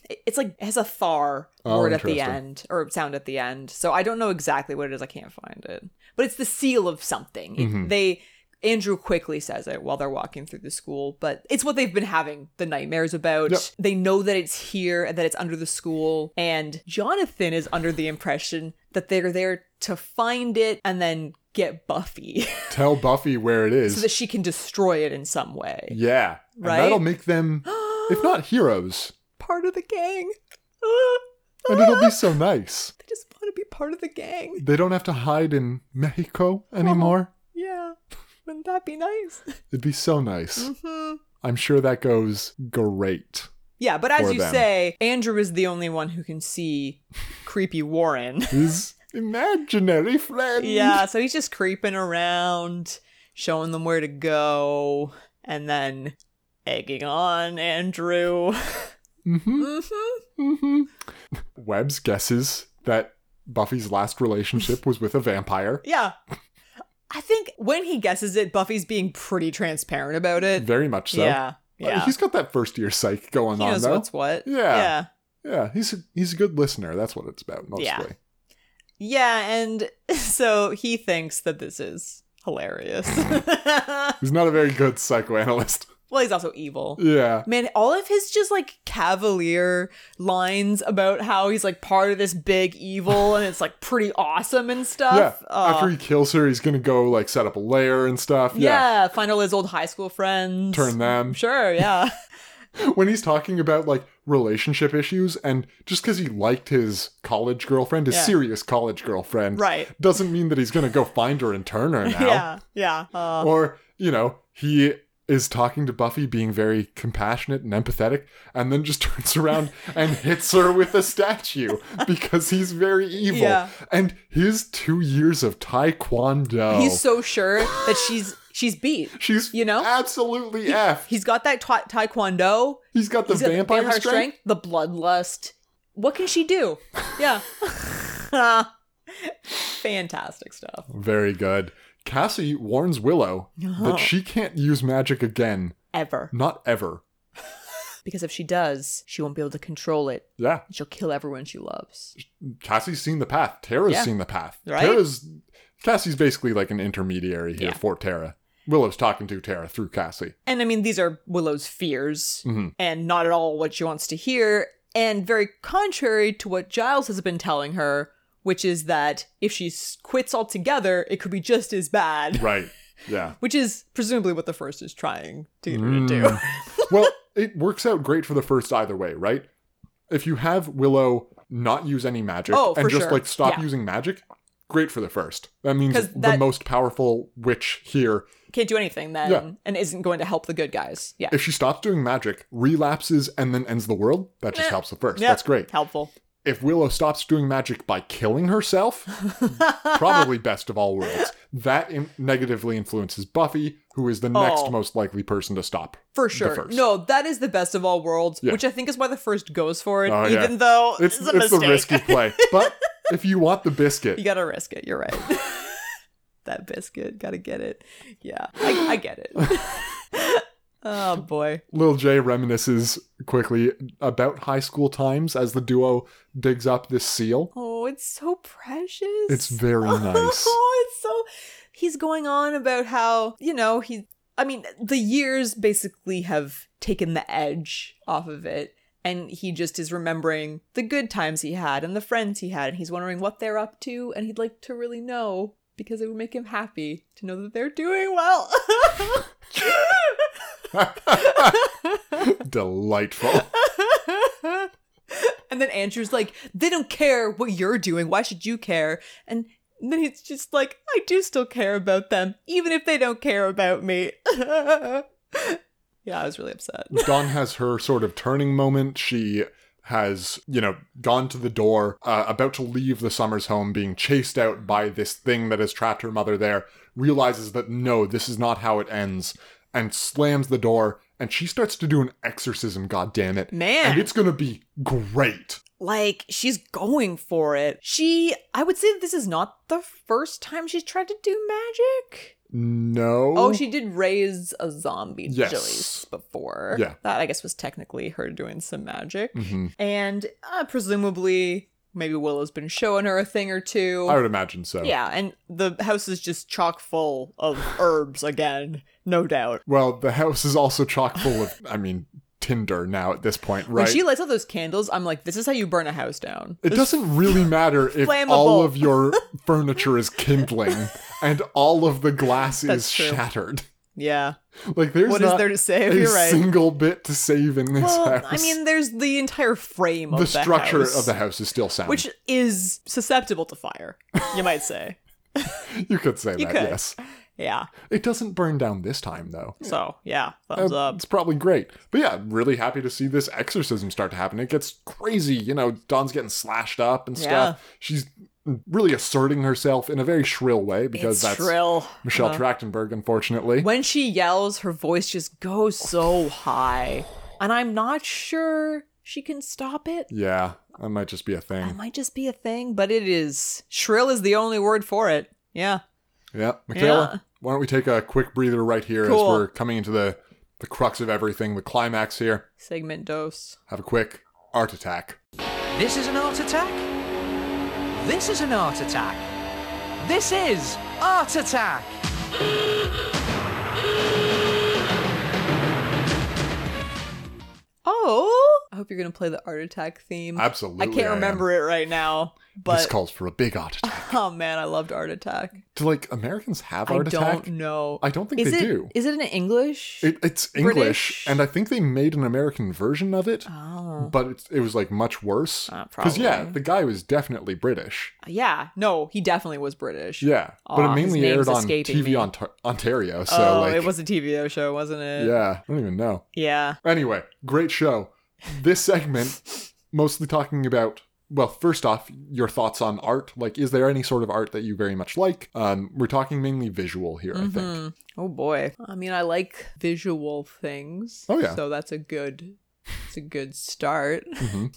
Speaker 1: It's like it has a thar
Speaker 2: Oh,
Speaker 1: word at the
Speaker 2: interesting.
Speaker 1: end or sound at the end. So I don't know exactly what it is. I can't find it. But it's the seal of something. It-
Speaker 2: Mhm.
Speaker 1: they Andrew quickly says it while they're walking through the school, but it's what they've been having the nightmares about.
Speaker 2: Yep.
Speaker 1: They know that it's here and that it's under the school. And Jonathan is under the impression that they're there to find it and then get Buffy
Speaker 2: Tell Buffy where it is.
Speaker 1: so that she can destroy it in some way.
Speaker 2: yeah. And
Speaker 1: Right?
Speaker 2: that'll make them, if not heroes,
Speaker 1: Part of the gang. Ah,
Speaker 2: and it'll be so nice.
Speaker 1: they just want to be part of the gang.
Speaker 2: They don't have to hide in Mexico anymore.
Speaker 1: Oh. Yeah. Wouldn't that be nice?
Speaker 2: It'd be so nice.
Speaker 1: hmm
Speaker 2: I'm sure that goes great.
Speaker 1: Yeah, but as
Speaker 2: For
Speaker 1: you
Speaker 2: them.
Speaker 1: say, Andrew is the only one who can see creepy Warren.
Speaker 2: His imaginary friend.
Speaker 1: yeah, so he's just creeping around, showing them where to go, and then egging on Andrew.
Speaker 2: hmm
Speaker 1: Mhm.
Speaker 2: hmm Webb's guesses that Buffy's last relationship was with a vampire.
Speaker 1: Yeah. I think when he guesses it, Buffy's being pretty transparent about it.
Speaker 2: Very much so.
Speaker 1: Yeah.
Speaker 2: Uh,
Speaker 1: Yeah.
Speaker 2: He's got that first year psych going
Speaker 1: he
Speaker 2: on,
Speaker 1: knows
Speaker 2: though.
Speaker 1: what's what.
Speaker 2: Yeah.
Speaker 1: Yeah.
Speaker 2: Yeah, he's a, he's a good listener. That's what it's about mostly.
Speaker 1: Yeah. Yeah, and so he thinks that this is hilarious. well,
Speaker 2: He's not a very good psychoanalyst.
Speaker 1: he's also evil.
Speaker 2: Yeah.
Speaker 1: Man, all of his just like cavalier lines about how he's like part of this big evil and it's like pretty awesome and
Speaker 2: Yeah.
Speaker 1: stuff. Uh,
Speaker 2: After he kills her, he's gonna go like set up a lair and stuff. Yeah.
Speaker 1: yeah. find all his old high school friends.
Speaker 2: Turn them.
Speaker 1: Sure, yeah.
Speaker 2: When he's talking about like relationship issues and just because he liked his college girlfriend, his
Speaker 1: Yeah.
Speaker 2: serious college girlfriend,
Speaker 1: Right.
Speaker 2: doesn't mean that he's gonna go find her and turn her now.
Speaker 1: Yeah, yeah. Uh,
Speaker 2: Or, you know, he is talking to Buffy, being very compassionate and empathetic, and then just turns around and hits her with a statue because he's very evil.
Speaker 1: Yeah.
Speaker 2: And his two years of Taekwondo.
Speaker 1: he's so sure that she's she's beat.
Speaker 2: She's
Speaker 1: you know?
Speaker 2: absolutely F.
Speaker 1: He's got that ta- taekwondo.
Speaker 2: He's got the
Speaker 1: He's got
Speaker 2: vampire, strength.
Speaker 1: the bloodlust. What can she do? Yeah. Fantastic stuff.
Speaker 2: Very good. Cassie warns Willow
Speaker 1: Oh.
Speaker 2: that she can't use magic again.
Speaker 1: Ever.
Speaker 2: Not ever.
Speaker 1: Because if she does, she won't be able to control it.
Speaker 2: Yeah.
Speaker 1: and She'll kill everyone she loves.
Speaker 2: Cassie's seen the path. Tara's
Speaker 1: Yeah.
Speaker 2: seen the path.
Speaker 1: Right?
Speaker 2: Tara's Cassie's basically like an intermediary here
Speaker 1: Yeah.
Speaker 2: for Tara. Willow's talking to Tara through Cassie.
Speaker 1: And I mean, these are Willow's fears
Speaker 2: Mhm.
Speaker 1: and not at all what she wants to hear. And very contrary to what Giles has been telling her, which is that if she s- quits altogether, it could be just as bad.
Speaker 2: Right. Yeah.
Speaker 1: Which is presumably what the first is trying to get her
Speaker 2: Mm.
Speaker 1: to do.
Speaker 2: well, it works out great for the first either way, right? If you have Willow not use any magic
Speaker 1: Oh,
Speaker 2: and
Speaker 1: for
Speaker 2: just
Speaker 1: sure.
Speaker 2: like stop
Speaker 1: Yeah.
Speaker 2: using magic, great for the first. That means
Speaker 1: 'Cause
Speaker 2: the
Speaker 1: that-
Speaker 2: most powerful witch here,
Speaker 1: Can't do anything then
Speaker 2: Yeah.
Speaker 1: and isn't going to help the good guys. Yeah.
Speaker 2: if she stops doing magic, relapses and then ends the world, that just
Speaker 1: Yeah.
Speaker 2: helps the first.
Speaker 1: Yeah.
Speaker 2: That's great.
Speaker 1: Helpful.
Speaker 2: if Willow stops doing magic by killing herself, probably best of all worlds. That in- negatively influences Buffy, who is the next
Speaker 1: Oh.
Speaker 2: most likely person to stop.
Speaker 1: For sure.
Speaker 2: first.
Speaker 1: No, that is the best of all worlds,
Speaker 2: Yeah.
Speaker 1: which I think is why the first goes for it,
Speaker 2: Oh, yeah.
Speaker 1: even though
Speaker 2: It's,
Speaker 1: it's,
Speaker 2: it's,
Speaker 1: a mistake.
Speaker 2: the risky play. But if you want the biscuit,
Speaker 1: You gotta risk it. You're right. that biscuit, gotta get it. Yeah, I, I get it. oh boy.
Speaker 2: Lil J reminisces quickly about high school times as the duo digs up this seal.
Speaker 1: Oh, it's so precious.
Speaker 2: It's very nice.
Speaker 1: Oh, it's so. He's going on about how you know he. I mean, the years basically have taken the edge off of it. And he just is remembering the good times he had and the friends he had, and he's wondering what they're up to, and he'd like to really know because it would make him happy to know that they're doing well.
Speaker 2: Delightful.
Speaker 1: and then Andrew's like, they don't care what you're doing. Why should you care? And then he's just like, I do still care about them, even if they don't care about me. yeah, I was really upset.
Speaker 2: Dawn has her sort of turning moment. She has, you know, gone to the door, uh, about to leave the Summers home, being chased out by this thing that has trapped her mother there, realizes that no, this is not how it ends, and slams the door. And she starts to do an exorcism, God damn it!
Speaker 1: Man.
Speaker 2: And it's gonna be great.
Speaker 1: Like, she's going for it. She, I would say that this is not the first time she's tried to do magic.
Speaker 2: No.
Speaker 1: Oh, she did raise a zombie
Speaker 2: Yes.
Speaker 1: Jillies before.
Speaker 2: Yeah. Mm-hmm.
Speaker 1: That I guess was technically her doing some magic. And uh, presumably maybe Willow's been showing her a thing or two.
Speaker 2: I would imagine so.
Speaker 1: yeah, and the house is just chock full of herbs again, no doubt.
Speaker 2: Well, the house is also chock full of, I mean, Tinder now at this point, right?
Speaker 1: When she lights up those candles, I'm like, this is how you burn a house down.
Speaker 2: It doesn't really matter if all
Speaker 1: flammable.
Speaker 2: of your furniture is kindling and all of the glass is
Speaker 1: That's true.
Speaker 2: shattered.
Speaker 1: Yeah.
Speaker 2: Like there's
Speaker 1: What is
Speaker 2: not
Speaker 1: there to save?
Speaker 2: a
Speaker 1: You're right.
Speaker 2: single bit to save in this
Speaker 1: Well,
Speaker 2: house.
Speaker 1: I mean, there's the entire frame of
Speaker 2: the structure
Speaker 1: house,
Speaker 2: of the house is still sound.
Speaker 1: which is susceptible to fire, you might say.
Speaker 2: you could say that.
Speaker 1: could.
Speaker 2: Yes,
Speaker 1: Yeah.
Speaker 2: it doesn't burn down this time though.
Speaker 1: So, yeah, thumbs
Speaker 2: Uh,
Speaker 1: up.
Speaker 2: It's probably great. But yeah, I'm really happy to see this exorcism start to happen. It gets crazy. You know, Dawn's getting slashed up and stuff. She's really asserting herself in a very shrill way because
Speaker 1: It's
Speaker 2: that's
Speaker 1: shrill. Uh-huh.
Speaker 2: Michelle Trachtenberg, unfortunately.
Speaker 1: When she yells, her voice just goes so high, and I'm not sure she can stop it.
Speaker 2: yeah, that might just be a
Speaker 1: That
Speaker 2: thing.
Speaker 1: might just be a thing, but it is shrill is the only word for it. Yeah.
Speaker 2: Yeah. Michaela,
Speaker 1: Yeah.
Speaker 2: why don't we take a quick breather right here
Speaker 1: Cool.
Speaker 2: as we're coming into the, the crux of everything, the climax here.
Speaker 1: Segment dose.
Speaker 2: Have a quick art attack.
Speaker 7: This is an art attack. This is an art attack. This is art attack.
Speaker 1: Oh, I hope you're gonna play the art attack theme.
Speaker 2: Absolutely.
Speaker 1: I can't
Speaker 2: am.
Speaker 1: remember it right now,
Speaker 2: This
Speaker 1: but
Speaker 2: calls for a big art attack.
Speaker 1: oh man, I loved art attack.
Speaker 2: Do like Americans have
Speaker 1: I
Speaker 2: art
Speaker 1: don't
Speaker 2: attack?
Speaker 1: know.
Speaker 2: I don't think
Speaker 1: is
Speaker 2: they
Speaker 1: it-
Speaker 2: do.
Speaker 1: Is it in English?
Speaker 2: It, it's English,
Speaker 1: British?
Speaker 2: and I think they made an American version of it,
Speaker 1: oh.
Speaker 2: but it, it was like much worse.
Speaker 1: Uh,
Speaker 2: yeah,
Speaker 1: probably.
Speaker 2: the guy was definitely British.
Speaker 1: Yeah. No, he definitely was British.
Speaker 2: Yeah, but
Speaker 1: Aw,
Speaker 2: it
Speaker 1: his
Speaker 2: mainly
Speaker 1: name's
Speaker 2: aired on
Speaker 1: escaping
Speaker 2: TV
Speaker 1: me.
Speaker 2: Ontar- Ontario, so
Speaker 1: oh,
Speaker 2: like,
Speaker 1: it was a TVO show, wasn't it?
Speaker 2: yeah, I don't even know.
Speaker 1: Yeah.
Speaker 2: Anyway, great show. This segment mostly talking about well, first off, your thoughts on art. Like, is there any sort of art that you very much like? Um, we're talking mainly visual here, I think.
Speaker 1: Oh boy. I mean, I like visual things.
Speaker 2: Oh, yeah.
Speaker 1: So that's a good, it's a good start.
Speaker 2: Mhm.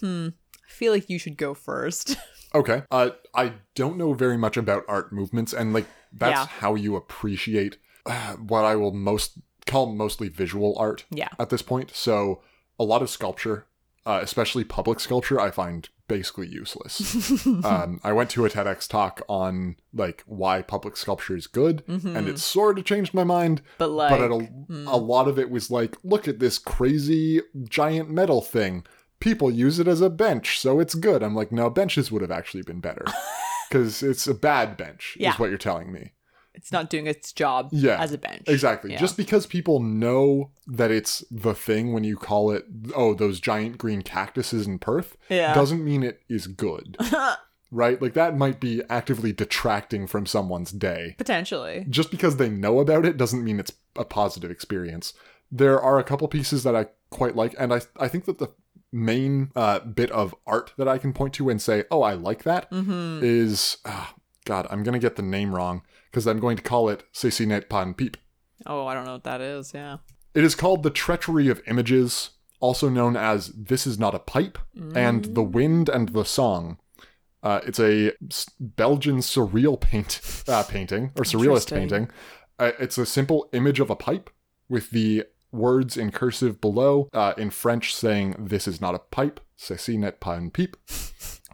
Speaker 1: hmm. I feel like you should go first.
Speaker 2: Okay. Uh, I don't know very much about art movements, and like that's
Speaker 1: Yeah.
Speaker 2: how you appreciate uh, what I will most call mostly visual art
Speaker 1: yeah.
Speaker 2: at this point. So a lot of sculpture, uh, especially public sculpture, I find basically useless. um, I went to a TEDx talk on like why public sculpture is good, and it sort of changed my mind.
Speaker 1: But like, mm.
Speaker 2: but at a, a lot of it was like, look at this crazy giant metal thing. People use it as a bench, so it's good. I'm like, no, benches would have actually been better because it's a bad bench,
Speaker 1: Yeah.
Speaker 2: is what you're telling me.
Speaker 1: it's not doing its job.
Speaker 2: Yeah,
Speaker 1: As a bench.
Speaker 2: Exactly.
Speaker 1: Yeah.
Speaker 2: Just because people know that it's the thing when you call it, oh, those giant green cactuses in Perth,
Speaker 1: Yeah.
Speaker 2: doesn't mean it is good. right? Like that might be actively detracting from someone's day.
Speaker 1: Potentially.
Speaker 2: Just because they know about it doesn't mean it's a positive experience. There are a couple pieces that I quite like, and I, I think that the main uh, bit of art that I can point to and say, oh, I like that, is ah, God, I'm going to get the name wrong because I'm going to call it Ceci Net Pan Peep.
Speaker 1: Oh, I don't know what that is. Yeah.
Speaker 2: It is called The Treachery of Images, also known as This Is Not a Pipe and The Wind and the Song. Uh, it's a s- Belgian surreal paint uh, painting or surrealist
Speaker 1: Interesting.
Speaker 2: painting. Uh, it's a simple image of a pipe with the words in cursive below uh, in French saying "This is not a pipe." Ceci n'est pas une pipe.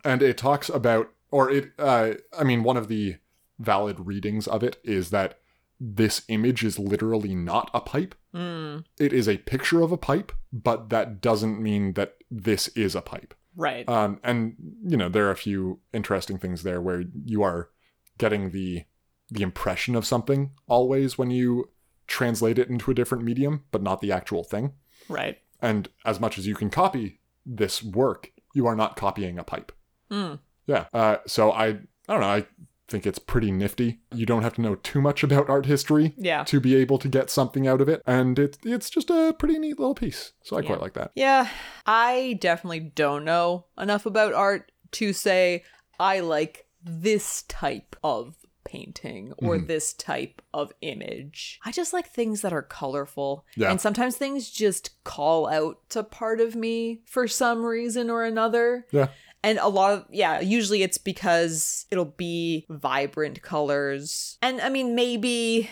Speaker 2: And it talks about, or it, uh, I mean, one of the valid readings of it is that this image is literally not a pipe
Speaker 1: Mm.
Speaker 2: it is a picture of a pipe, but that doesn't mean that this is a pipe.
Speaker 1: Right.
Speaker 2: Um, and you know there are a few interesting things there where you are getting the the impression of something always when you translate it into a different medium, but not the actual thing.
Speaker 1: right.
Speaker 2: And as much as you can copy this work, You are not copying a pipe.
Speaker 1: Hmm.
Speaker 2: Yeah. Uh, so I, I don't know. I think it's pretty nifty. You don't have to know too much about art history
Speaker 1: Yeah.
Speaker 2: to be able to get something out of it, and it, it's just a pretty neat little piece. So I quite like that.
Speaker 1: Yeah, I definitely don't know enough about art to say I like this type of painting or
Speaker 2: Mm-hmm.
Speaker 1: this type of image. I just like things that are colorful.
Speaker 2: Yeah.
Speaker 1: And sometimes things just call out to part of me for some reason or another.
Speaker 2: Yeah.
Speaker 1: And a lot of, yeah, usually it's because it'll be vibrant colors. And I mean, maybe,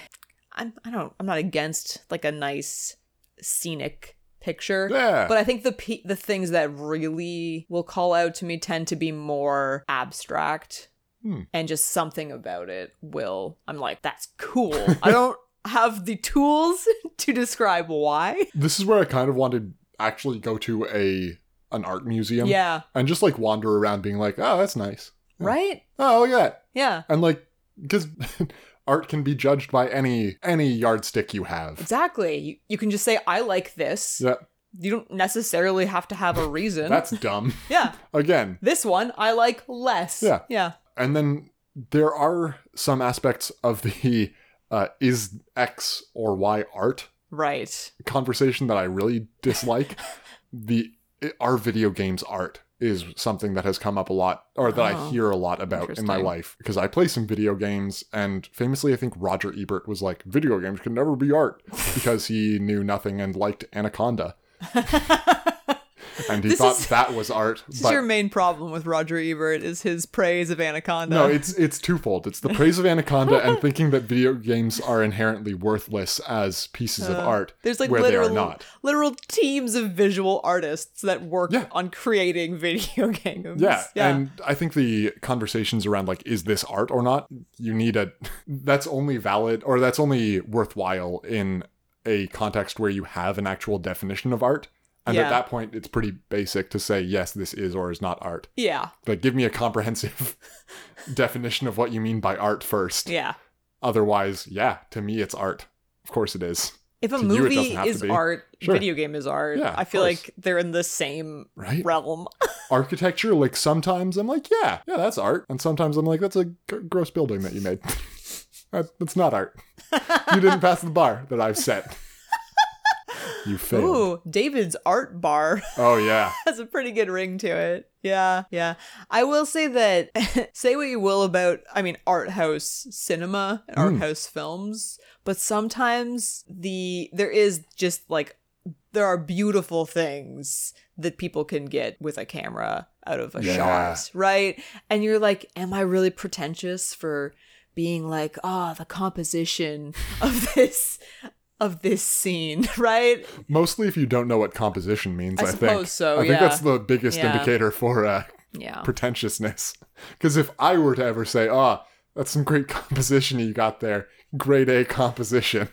Speaker 1: I'm, I don't, I'm not against like a nice scenic picture.
Speaker 2: Yeah.
Speaker 1: But I think the pe- the things that really will call out to me tend to be more abstract.
Speaker 2: Hmm.
Speaker 1: And just something about it will, I'm like, that's cool. I don't have the tools to describe why.
Speaker 2: This is where I kind of wanted actually go to a an art museum.
Speaker 1: Yeah.
Speaker 2: And just like wander around, being like, oh, that's nice.
Speaker 1: Right?
Speaker 2: Oh, look at that.
Speaker 1: Yeah.
Speaker 2: and like because art can be judged by any any yardstick you have
Speaker 1: Exactly. You, you can just say, I like this.
Speaker 2: yeah
Speaker 1: You don't necessarily have to have a reason.
Speaker 2: that's dumb
Speaker 1: yeah.
Speaker 2: again
Speaker 1: This one I like less.
Speaker 2: Yeah.
Speaker 1: Yeah.
Speaker 2: and then there are some aspects of the uh, is x or y art
Speaker 1: Right.
Speaker 2: conversation that i really dislike the our video games art is something that has come up a lot or that i
Speaker 1: Oh,
Speaker 2: hear a lot about in my
Speaker 1: interesting.
Speaker 2: life because i play some video games and famously i think roger ebert was like video games can never be art because he knew nothing and liked anaconda and he
Speaker 1: This
Speaker 2: thought
Speaker 1: is-
Speaker 2: that was art.
Speaker 1: This
Speaker 2: But
Speaker 1: is your main problem with Roger Ebert is his praise of Anaconda.
Speaker 2: no, it's it's twofold. It's the praise of Anaconda and thinking that video games are inherently worthless as pieces of art,
Speaker 1: Uh, There's like
Speaker 2: where
Speaker 1: literal,
Speaker 2: they are not.
Speaker 1: literal teams of visual artists that work
Speaker 2: Yeah.
Speaker 1: on creating video games.
Speaker 2: Yeah, and I think the conversations around like is this art or not, you need a that's only valid or that's only worthwhile in a context where you have an actual definition of art. And
Speaker 1: Yeah.
Speaker 2: at that point, it's pretty basic to say yes, this is or is not art.
Speaker 1: yeah,
Speaker 2: But give me a comprehensive definition of what you mean by art first.
Speaker 1: yeah.
Speaker 2: Otherwise, yeah, to me it's art. Of course it is.
Speaker 1: If a
Speaker 2: To you, it
Speaker 1: movie
Speaker 2: doesn't have to
Speaker 1: is
Speaker 2: be.
Speaker 1: art,
Speaker 2: Sure.
Speaker 1: video game is art.
Speaker 2: Yeah,
Speaker 1: I
Speaker 2: of
Speaker 1: feel
Speaker 2: course.
Speaker 1: like they're in the same
Speaker 2: Right?
Speaker 1: realm.
Speaker 2: Architecture, like sometimes I'm like, yeah, yeah, that's art. And sometimes I'm like, that's a g- gross building that you made. That- that's not art. you didn't pass the bar that I've set. you failed.
Speaker 1: Ooh, David's art bar.
Speaker 2: Oh, yeah.
Speaker 1: has a pretty good ring to it. Yeah, yeah. I will say that say what you will about I mean art house cinema and art house films, but sometimes the there is just like there are beautiful things that people can get with a camera out of a
Speaker 2: Yeah.
Speaker 1: shot, right? And you're like, am I really pretentious for being like, ah, the composition of this of this scene, right?
Speaker 2: Mostly if you don't know what composition means,
Speaker 1: I
Speaker 2: I, think.
Speaker 1: suppose so,
Speaker 2: I think
Speaker 1: yeah.
Speaker 2: that's the biggest
Speaker 1: Yeah. Oh.
Speaker 2: indicator for uh,
Speaker 1: Yeah.
Speaker 2: pretentiousness. Because if I were to ever say, oh, that's some great composition you got there, grade A composition.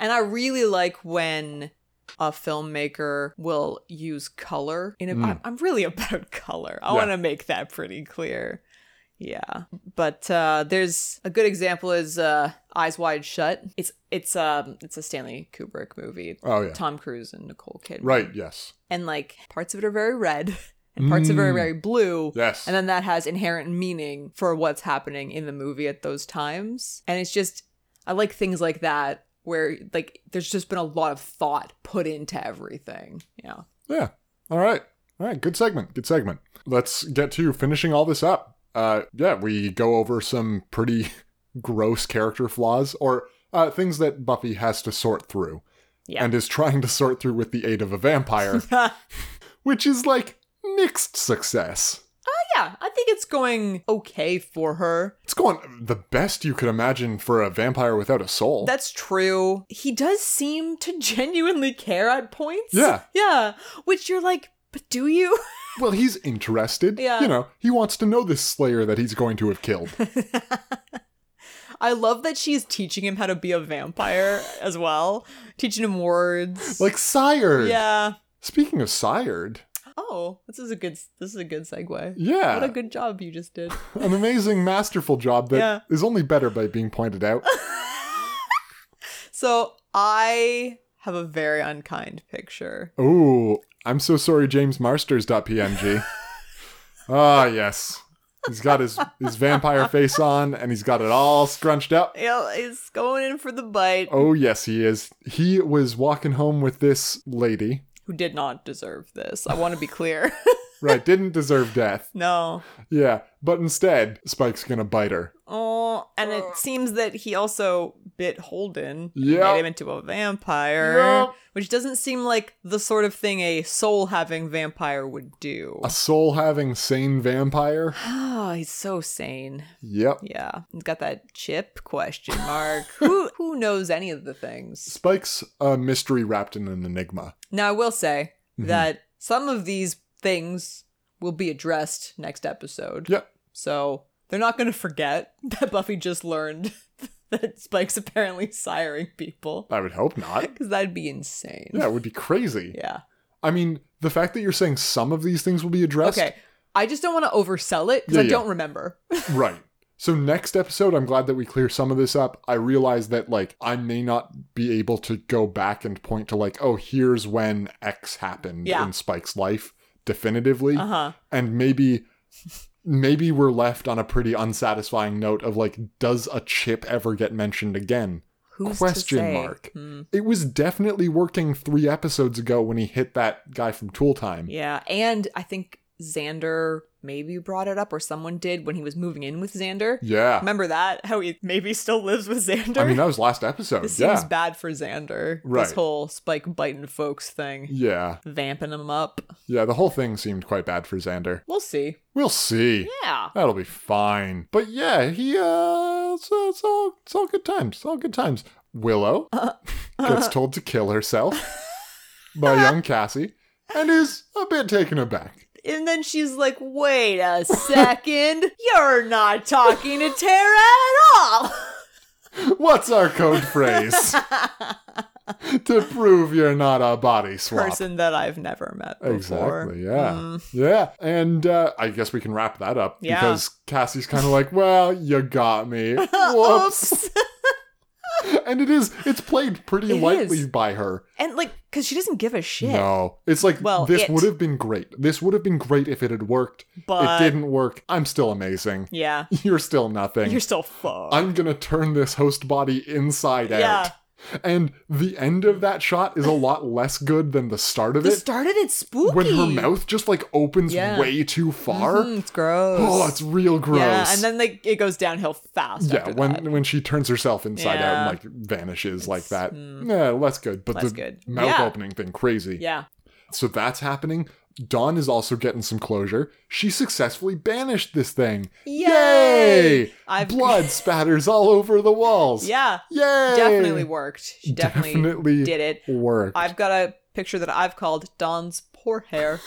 Speaker 1: And I really like when a filmmaker will use color in a I'm, I'm really about color. I
Speaker 2: Mm. Yeah.
Speaker 1: want to make that pretty clear. Yeah. But uh there's a good example is uh Eyes Wide Shut. It's it's um it's a Stanley Kubrick movie.
Speaker 2: Oh, yeah.
Speaker 1: Tom Cruise and Nicole Kidman.
Speaker 2: Right, yes.
Speaker 1: And like parts of it are very red and parts of it are very blue.
Speaker 2: Mm. Yes.
Speaker 1: And then that has inherent meaning for what's happening in the movie at those times. And it's just, I like things like that where like there's just been a lot of thought put into everything. Yeah.
Speaker 2: Yeah. All right. All right. Good segment. Good segment. Let's get to finishing all this up. Uh, yeah, we go over some pretty gross character flaws or uh, things that Buffy has to sort through
Speaker 1: Yeah.
Speaker 2: and is trying to sort through with the aid of a vampire, which is like mixed success.
Speaker 1: yeah, I think it's going okay for her.
Speaker 2: It's going the best you could imagine for a vampire without a soul.
Speaker 1: That's true. He does seem to genuinely care at points.
Speaker 2: Yeah.
Speaker 1: Yeah. Which you're like, but do you?
Speaker 2: well, he's interested.
Speaker 1: Yeah.
Speaker 2: You know, he wants to know this slayer that he's going to have killed.
Speaker 1: I love that she's teaching him how to be a vampire as well, teaching him words.
Speaker 2: like, sired.
Speaker 1: yeah.
Speaker 2: Speaking of sired,
Speaker 1: Oh, this is a good this is a good segue.
Speaker 2: yeah.
Speaker 1: What a good job you just did.
Speaker 2: an amazing, masterful job that is
Speaker 1: Yeah.
Speaker 2: only better by being pointed out.
Speaker 1: So I have a very unkind picture.
Speaker 2: Ooh, I'm so sorry, James Marsters.png. Ah, yes. He's got his, his vampire face on and he's got it all scrunched up.
Speaker 1: Yeah, he's going in for the bite.
Speaker 2: Oh, yes, he is. He was walking home with this lady.
Speaker 1: Who did not deserve this? I want to be clear.
Speaker 2: Right, didn't deserve death.
Speaker 1: no.
Speaker 2: Yeah, but instead, Spike's gonna bite her.
Speaker 1: Oh, and it seems that he also bit Holden,
Speaker 2: Yeah.
Speaker 1: made him into a vampire,
Speaker 2: Yeah.
Speaker 1: which doesn't seem like the sort of thing a soul-having vampire would do.
Speaker 2: A soul having sane vampire?
Speaker 1: Oh, he's so sane.
Speaker 2: Yep.
Speaker 1: Yeah, he's got that chip question mark. who who knows any of the things?
Speaker 2: Spike's a mystery wrapped in an enigma.
Speaker 1: Now, I will say that some of these things will be addressed next episode.
Speaker 2: Yep.
Speaker 1: So they're not going to forget that Buffy just learned that Spike's apparently siring people.
Speaker 2: I would hope not.
Speaker 1: Because that'd be insane.
Speaker 2: Yeah, it would be crazy.
Speaker 1: Yeah.
Speaker 2: I mean, the fact that you're saying some of these things will be addressed.
Speaker 1: Okay. I just don't want to oversell it because
Speaker 2: Yeah,
Speaker 1: I
Speaker 2: yeah.
Speaker 1: don't remember.
Speaker 2: Right. So next episode, I'm glad that we clear some of this up. I realize that like I may not be able to go back and point to like, oh, here's when X happened
Speaker 1: Yeah.
Speaker 2: in Spike's life definitively.
Speaker 1: Uh huh.
Speaker 2: And maybe maybe we're left on a pretty unsatisfying note of like, does a chip ever get mentioned again?
Speaker 1: Who's to
Speaker 2: Question
Speaker 1: say?
Speaker 2: mark.
Speaker 1: Hmm.
Speaker 2: It was definitely working three episodes ago when he hit that guy from Tool Time.
Speaker 1: Yeah. And I think Xander maybe brought it up or someone did when he was moving in with Xander.
Speaker 2: Yeah.
Speaker 1: Remember that? How he maybe still lives with Xander?
Speaker 2: I mean, that was last episode.
Speaker 1: This
Speaker 2: yeah.
Speaker 1: seems bad for Xander.
Speaker 2: Right.
Speaker 1: This whole Spike biting folks thing,
Speaker 2: yeah.
Speaker 1: vamping him up.
Speaker 2: Yeah, the whole thing seemed quite bad for Xander.
Speaker 1: We'll see.
Speaker 2: We'll see.
Speaker 1: Yeah.
Speaker 2: That'll be fine. But yeah, he uh it's, it's all it's all good times. It's all good times. Willow
Speaker 1: Uh,
Speaker 2: gets told to kill herself by young Cassie and is a bit taken aback.
Speaker 1: And then she's like, wait a second. You're not talking to Tara at all.
Speaker 2: What's our code phrase? to prove you're not a body swap.
Speaker 1: Person that I've never met before. Mm.
Speaker 2: Exactly. Yeah. Yeah. And uh, I guess we can wrap that up
Speaker 1: Yeah.
Speaker 2: because Cassie's kind of like, "Well, you got me." Whoops. and it is. It's played pretty
Speaker 1: It
Speaker 2: lightly
Speaker 1: is.
Speaker 2: by her.
Speaker 1: And like, because she doesn't give a shit.
Speaker 2: No, it's like
Speaker 1: Well,
Speaker 2: this
Speaker 1: it-
Speaker 2: would have been great. This would have been great if it had worked.
Speaker 1: But-
Speaker 2: it didn't work. I'm still amazing.
Speaker 1: Yeah.
Speaker 2: You're still nothing.
Speaker 1: You're still fucked.
Speaker 2: I'm gonna turn this host body inside
Speaker 1: Yeah.
Speaker 2: out. And the end of that shot is a lot less good than the start of
Speaker 1: the
Speaker 2: it
Speaker 1: start of it's spooky.
Speaker 2: when her mouth just like opens
Speaker 1: Yeah.
Speaker 2: way too far.
Speaker 1: Mm, it's gross.
Speaker 2: Oh, it's real gross.
Speaker 1: Yeah, and then like it goes downhill fast.
Speaker 2: Yeah,
Speaker 1: after
Speaker 2: when
Speaker 1: that.
Speaker 2: when she turns herself inside
Speaker 1: Yeah. mm.
Speaker 2: out and like vanishes like that. Yeah, less good. But
Speaker 1: Less
Speaker 2: the
Speaker 1: good.
Speaker 2: mouth
Speaker 1: Yeah.
Speaker 2: opening thing, crazy.
Speaker 1: yeah,
Speaker 2: So that's happening. Dawn is also getting some closure. She successfully banished this thing.
Speaker 1: Yay!
Speaker 2: Yay!
Speaker 1: I've-
Speaker 2: Blood spatters all over the walls.
Speaker 1: yeah,
Speaker 2: Yay!
Speaker 1: definitely worked. She definitely,
Speaker 2: Definitely
Speaker 1: did it.
Speaker 2: Worked.
Speaker 1: I've got a picture that I've called Don's poor hair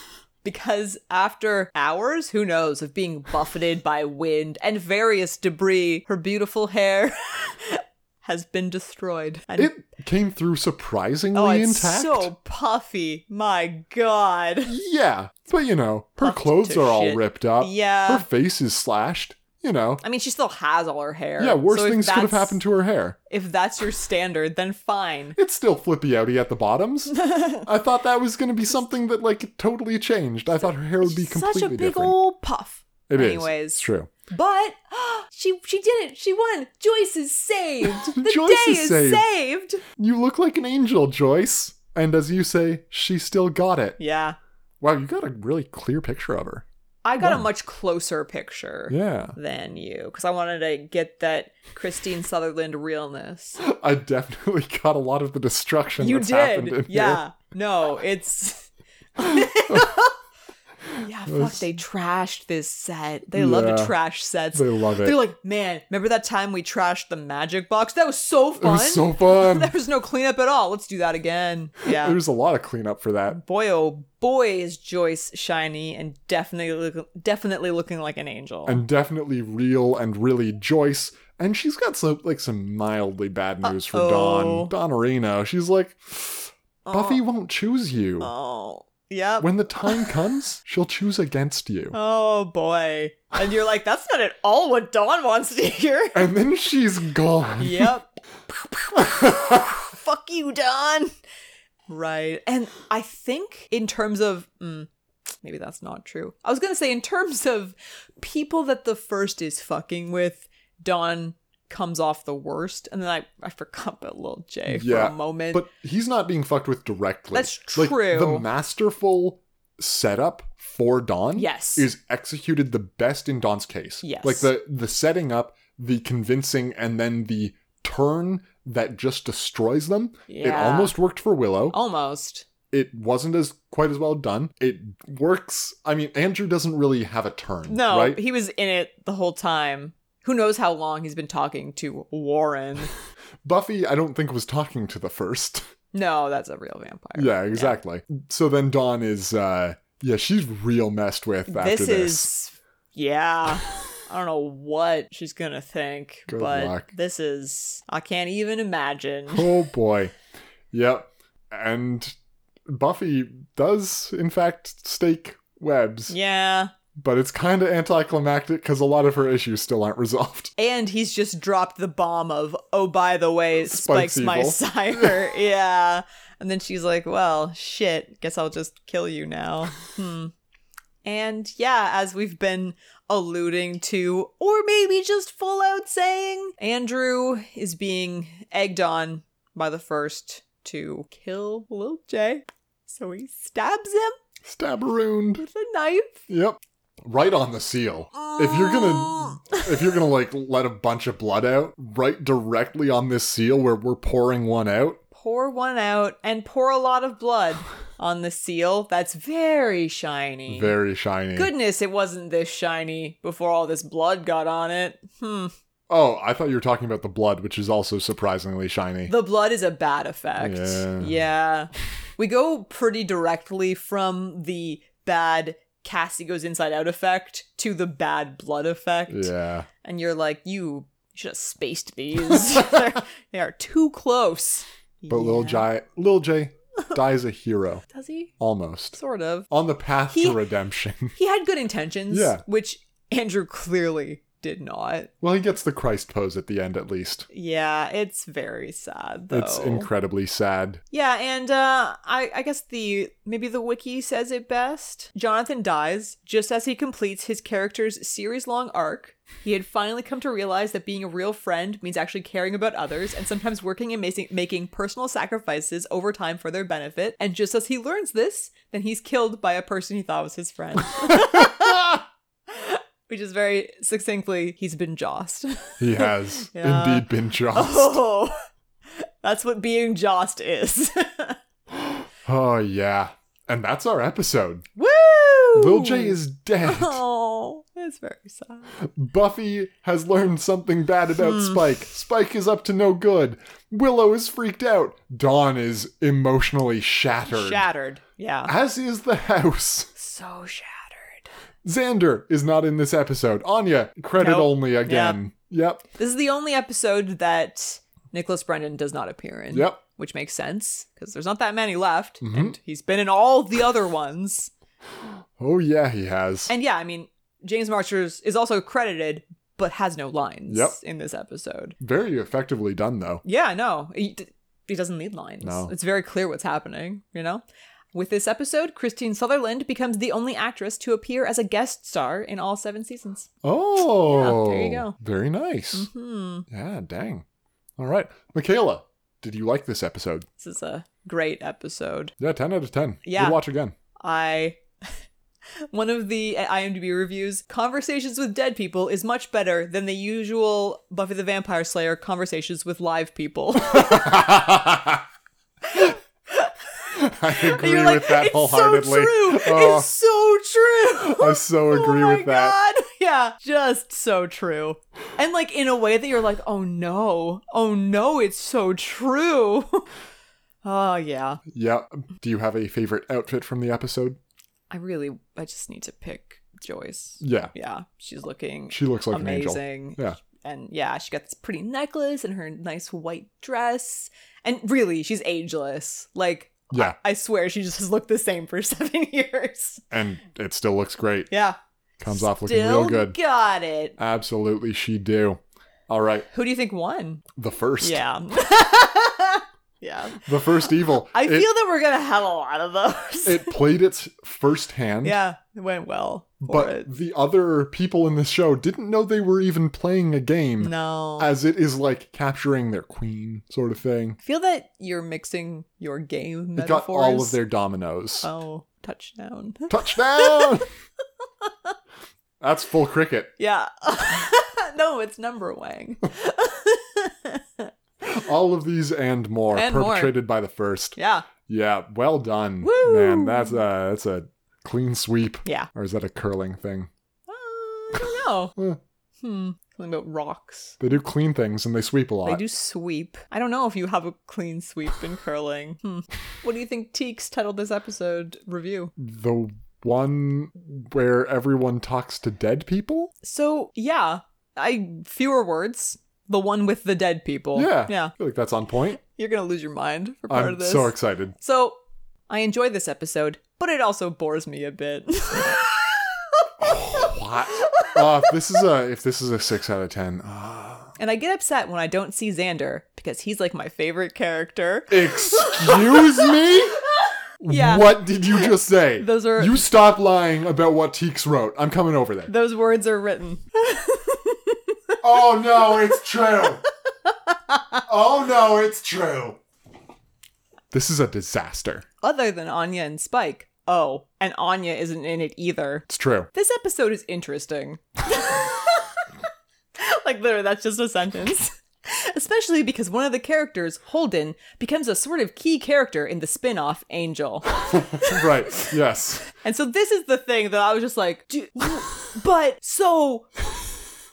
Speaker 1: because after hours, who knows, of being buffeted by wind and various debris, her beautiful hair has been destroyed. And
Speaker 2: It came through surprisingly
Speaker 1: oh, it's
Speaker 2: intact.
Speaker 1: so puffy. My God.
Speaker 2: Yeah, but you know, her
Speaker 1: Puffed
Speaker 2: clothes
Speaker 1: to
Speaker 2: are all
Speaker 1: shit.
Speaker 2: ripped up.
Speaker 1: Yeah.
Speaker 2: her face is slashed. You know,
Speaker 1: I mean, she still has all her hair.
Speaker 2: yeah, worse
Speaker 1: so if
Speaker 2: things could have
Speaker 1: that's-
Speaker 2: happened to her hair.
Speaker 1: If that's your standard, then fine.
Speaker 2: It's still flippy outy at the bottoms. I thought that was going to be something that like totally changed. I thought her hair would be completely
Speaker 1: Such a big
Speaker 2: different.
Speaker 1: old puff.
Speaker 2: It is.
Speaker 1: Anyways.
Speaker 2: It's true.
Speaker 1: But she she did it. She won. Joyce is saved. The
Speaker 2: Joyce
Speaker 1: day
Speaker 2: is
Speaker 1: is
Speaker 2: saved.
Speaker 1: saved.
Speaker 2: You look like an angel, Joyce. And as you say, she still got it.
Speaker 1: Yeah.
Speaker 2: Wow, you got a really clear picture of her.
Speaker 1: I got
Speaker 2: Wow.
Speaker 1: a much closer picture
Speaker 2: Yeah.
Speaker 1: than you because I wanted to get that Christine Sutherland realness.
Speaker 2: I definitely got a lot of the destruction
Speaker 1: you
Speaker 2: that's happened in
Speaker 1: did.
Speaker 2: here.
Speaker 1: Yeah. No, it's. yeah, fuck. They trashed this set. They love to
Speaker 2: Yeah.
Speaker 1: trash sets.
Speaker 2: They love it.
Speaker 1: They're like, man, remember that time we trashed the magic box? That was so
Speaker 2: It
Speaker 1: fun.
Speaker 2: was so fun.
Speaker 1: there was no cleanup at all. Let's do that again. Yeah.
Speaker 2: There was a lot of cleanup for that.
Speaker 1: boy oh boy is Joyce shiny and definitely look, definitely looking like an angel.
Speaker 2: and definitely real and really Joyce. And she's got some like some mildly bad news for
Speaker 1: Uh-oh.
Speaker 2: Dawn. Dawn Arena. She's like, Buffy won't choose you.
Speaker 1: oh, yep.
Speaker 2: When the time comes, she'll choose against you.
Speaker 1: oh boy. And you're like, that's not at all what Dawn wants to hear.
Speaker 2: And then she's gone.
Speaker 1: yep. Fuck you, Dawn. Right. And I think in terms of mm, maybe that's not true. I was gonna say in terms of people that the first is fucking with, Don comes off the worst, and then I I forgot about Lil J for
Speaker 2: yeah,
Speaker 1: a moment.
Speaker 2: But he's not being fucked with directly.
Speaker 1: That's
Speaker 2: Like,
Speaker 1: true.
Speaker 2: the masterful setup for Don
Speaker 1: Yes.
Speaker 2: is executed the best in Don's case.
Speaker 1: Yes.
Speaker 2: Like the the setting up, the convincing, and then the turn that just destroys them. It
Speaker 1: Yeah. Oh.
Speaker 2: almost worked for Willow.
Speaker 1: Almost.
Speaker 2: It wasn't as quite as well done. It works. I mean, Andrew doesn't really have a turn.
Speaker 1: No,
Speaker 2: right?
Speaker 1: he was in it the whole time. Who knows how long he's been talking to Warren?
Speaker 2: Buffy, I don't think was talking to the first.
Speaker 1: no, that's a real vampire.
Speaker 2: yeah, exactly. So then Dawn is, uh yeah, she's real messed with after
Speaker 1: this
Speaker 2: this.
Speaker 1: is yeah i don't know what she's gonna think
Speaker 2: Good
Speaker 1: but
Speaker 2: luck.
Speaker 1: this is i can't even imagine
Speaker 2: Oh boy. Yep. And Buffy does, in fact, stake webs,
Speaker 1: yeah
Speaker 2: but it's kind of anticlimactic because a lot of her issues still aren't resolved.
Speaker 1: and he's just dropped the bomb of oh by the way
Speaker 2: Spike's
Speaker 1: spike's my
Speaker 2: evil.
Speaker 1: sire yeah and then she's like well shit guess i'll just kill you now hmm and yeah as we've been alluding to or maybe just full out saying andrew is being egged on by the first to kill lil j so he stabs him
Speaker 2: Stabberooned.
Speaker 1: with a knife
Speaker 2: Yep. Right on the seal. If you're gonna, if you're gonna like let a bunch of blood out, right directly on this seal where we're pouring one out.
Speaker 1: pour one out and pour a lot of blood on the seal that's very shiny.
Speaker 2: Very shiny.
Speaker 1: Goodness, it wasn't this shiny before all this blood got on it. Hmm.
Speaker 2: Oh, I thought you were talking about the blood, which is also surprisingly shiny.
Speaker 1: The blood is a bad effect.
Speaker 2: Yeah.
Speaker 1: Yeah. We go pretty directly from the bad Cassie goes inside out effect to the bad blood effect.
Speaker 2: yeah.
Speaker 1: And you're like, you should have spaced these. They're- they are too close.
Speaker 2: But Lil J, Lil J, dies a hero
Speaker 1: Does he?
Speaker 2: almost.
Speaker 1: Sort of.
Speaker 2: on the path
Speaker 1: He-
Speaker 2: to redemption.
Speaker 1: he had good intentions,
Speaker 2: Yeah.
Speaker 1: which Andrew clearly did not.
Speaker 2: well, he gets the Christ pose at the end, at least.
Speaker 1: Yeah, it's very sad though.
Speaker 2: It's incredibly sad.
Speaker 1: Yeah, and uh, I, I guess the maybe the wiki says it best. Jonathan dies just as he completes his character's series-long arc. He had finally come to realize that being a real friend means actually caring about others and sometimes working and mas- making personal sacrifices over time for their benefit. And just as he learns this, then he's killed by a person he thought was his friend. Which is very succinctly, he's been jossed.
Speaker 2: He has
Speaker 1: Yeah.
Speaker 2: indeed been jossed. Oh.
Speaker 1: Oh, that's what being jossed is.
Speaker 2: Oh, yeah. And that's our episode.
Speaker 1: Woo!
Speaker 2: Lil J is dead.
Speaker 1: Oh, that's very sad.
Speaker 2: Buffy has learned something bad about
Speaker 1: Hmm.
Speaker 2: Spike. Spike is up to no good. Willow is freaked out. Dawn is emotionally shattered.
Speaker 1: Shattered. Yeah.
Speaker 2: as is the house.
Speaker 1: So shattered.
Speaker 2: Xander is not in this episode. Anya, credit
Speaker 1: Nope.
Speaker 2: only again. Yep.
Speaker 1: This is the only episode that Nicholas Brendan does not appear in.
Speaker 2: Yep. Mm-hmm.
Speaker 1: Which makes sense because there's not that many left, and he's been in all the other ones.
Speaker 2: Oh yeah, he has.
Speaker 1: And yeah, I mean, James Marchers is also credited, but has no lines
Speaker 2: Yep.
Speaker 1: in this episode.
Speaker 2: Very effectively done, though.
Speaker 1: Yeah, no. He, d- he doesn't need lines.
Speaker 2: No.
Speaker 1: It's very clear what's happening, you know? With this episode, Christine Sutherland becomes the only actress to appear as a guest star in all seven seasons.
Speaker 2: Oh,
Speaker 1: Yeah, there you go.
Speaker 2: Very nice.
Speaker 1: Hmm.
Speaker 2: Yeah, dang. All right, Michaela, did you like this episode?
Speaker 1: This is a great episode.
Speaker 2: Yeah, ten out of ten.
Speaker 1: Yeah.
Speaker 2: Good watch again.
Speaker 1: I. One of the IMDb reviews, conversations with dead people is much better than the usual Buffy the Vampire Slayer conversations with live people.
Speaker 2: I agree
Speaker 1: You're like,
Speaker 2: with that
Speaker 1: it's
Speaker 2: wholeheartedly.
Speaker 1: So true.
Speaker 2: Oh,
Speaker 1: It's so true.
Speaker 2: I so agree
Speaker 1: oh my
Speaker 2: with that.
Speaker 1: God. Yeah, just so true. And like in a way that you're like, oh no, oh no, it's so true. oh yeah.
Speaker 2: Yeah. Do you have a favorite outfit from the episode?
Speaker 1: I really, I just need to pick Joyce.
Speaker 2: Yeah.
Speaker 1: Yeah, she's looking
Speaker 2: She looks like an angel.
Speaker 1: amazing.
Speaker 2: Yeah.
Speaker 1: And yeah, she got this pretty necklace and her nice white dress. And really, she's ageless. Like,
Speaker 2: Yeah.
Speaker 1: I swear she just has looked the same for seven years.
Speaker 2: And it still looks great.
Speaker 1: Yeah.
Speaker 2: Comes off looking real
Speaker 1: Still
Speaker 2: good.
Speaker 1: Got it.
Speaker 2: Absolutely, she do. All right,
Speaker 1: Who do you think won?
Speaker 2: the first.
Speaker 1: Yeah. Yeah.
Speaker 2: The first evil.
Speaker 1: I
Speaker 2: it,
Speaker 1: feel that we're going to have a lot of those.
Speaker 2: it played its first hand.
Speaker 1: yeah, it went well for
Speaker 2: But
Speaker 1: it.
Speaker 2: the other people in this show didn't know they were even playing a game.
Speaker 1: No. I
Speaker 2: As it is like capturing their queen, sort of thing.
Speaker 1: feel that you're mixing your game
Speaker 2: It got
Speaker 1: metaphors.
Speaker 2: all of their dominoes.
Speaker 1: Oh, touchdown.
Speaker 2: Touchdown! That's full cricket.
Speaker 1: yeah. no, it's number wang.
Speaker 2: All of these and more
Speaker 1: And more.
Speaker 2: perpetrated by the first.
Speaker 1: yeah.
Speaker 2: Yeah, well done,
Speaker 1: Woo!
Speaker 2: man. That's a that's a clean sweep.
Speaker 1: Yeah.
Speaker 2: Or is that a curling thing?
Speaker 1: Uh, I don't know.
Speaker 2: Eh,
Speaker 1: Hmm. Something about rocks.
Speaker 2: they do clean things and they sweep a lot.
Speaker 1: They do sweep. I don't know if you have a clean sweep in curling. Hmm. What do you think Teeks titled this episode review?
Speaker 2: The one where everyone talks to dead people.
Speaker 1: So yeah, I fewer words. The one with the dead people.
Speaker 2: Yeah,
Speaker 1: yeah.
Speaker 2: I feel like that's on point.
Speaker 1: You're gonna lose your mind for part
Speaker 2: I'm
Speaker 1: of this.
Speaker 2: so excited.
Speaker 1: So I enjoy this episode, but it also bores me a bit.
Speaker 2: What? uh, if this is a if this is a six out of ten. Uh,
Speaker 1: and I get upset when I don't see Xander because he's like my favorite character.
Speaker 2: excuse me.
Speaker 1: Yeah.
Speaker 2: What did you just say?
Speaker 1: Those are-
Speaker 2: You stop lying about what Teeks wrote. I'm coming over there.
Speaker 1: Those words are written.
Speaker 2: Oh no, it's true. oh no, it's true. This is a disaster.
Speaker 1: Other than Anya and Spike. Oh, and Anya isn't in it either.
Speaker 2: It's true.
Speaker 1: This episode is interesting. like, literally, that's just a sentence. Especially because one of the characters, Holden, becomes a sort of key character in the spin off Angel.
Speaker 2: right. Yes.
Speaker 1: And so this is the thing that I was just like, "Dude, but so,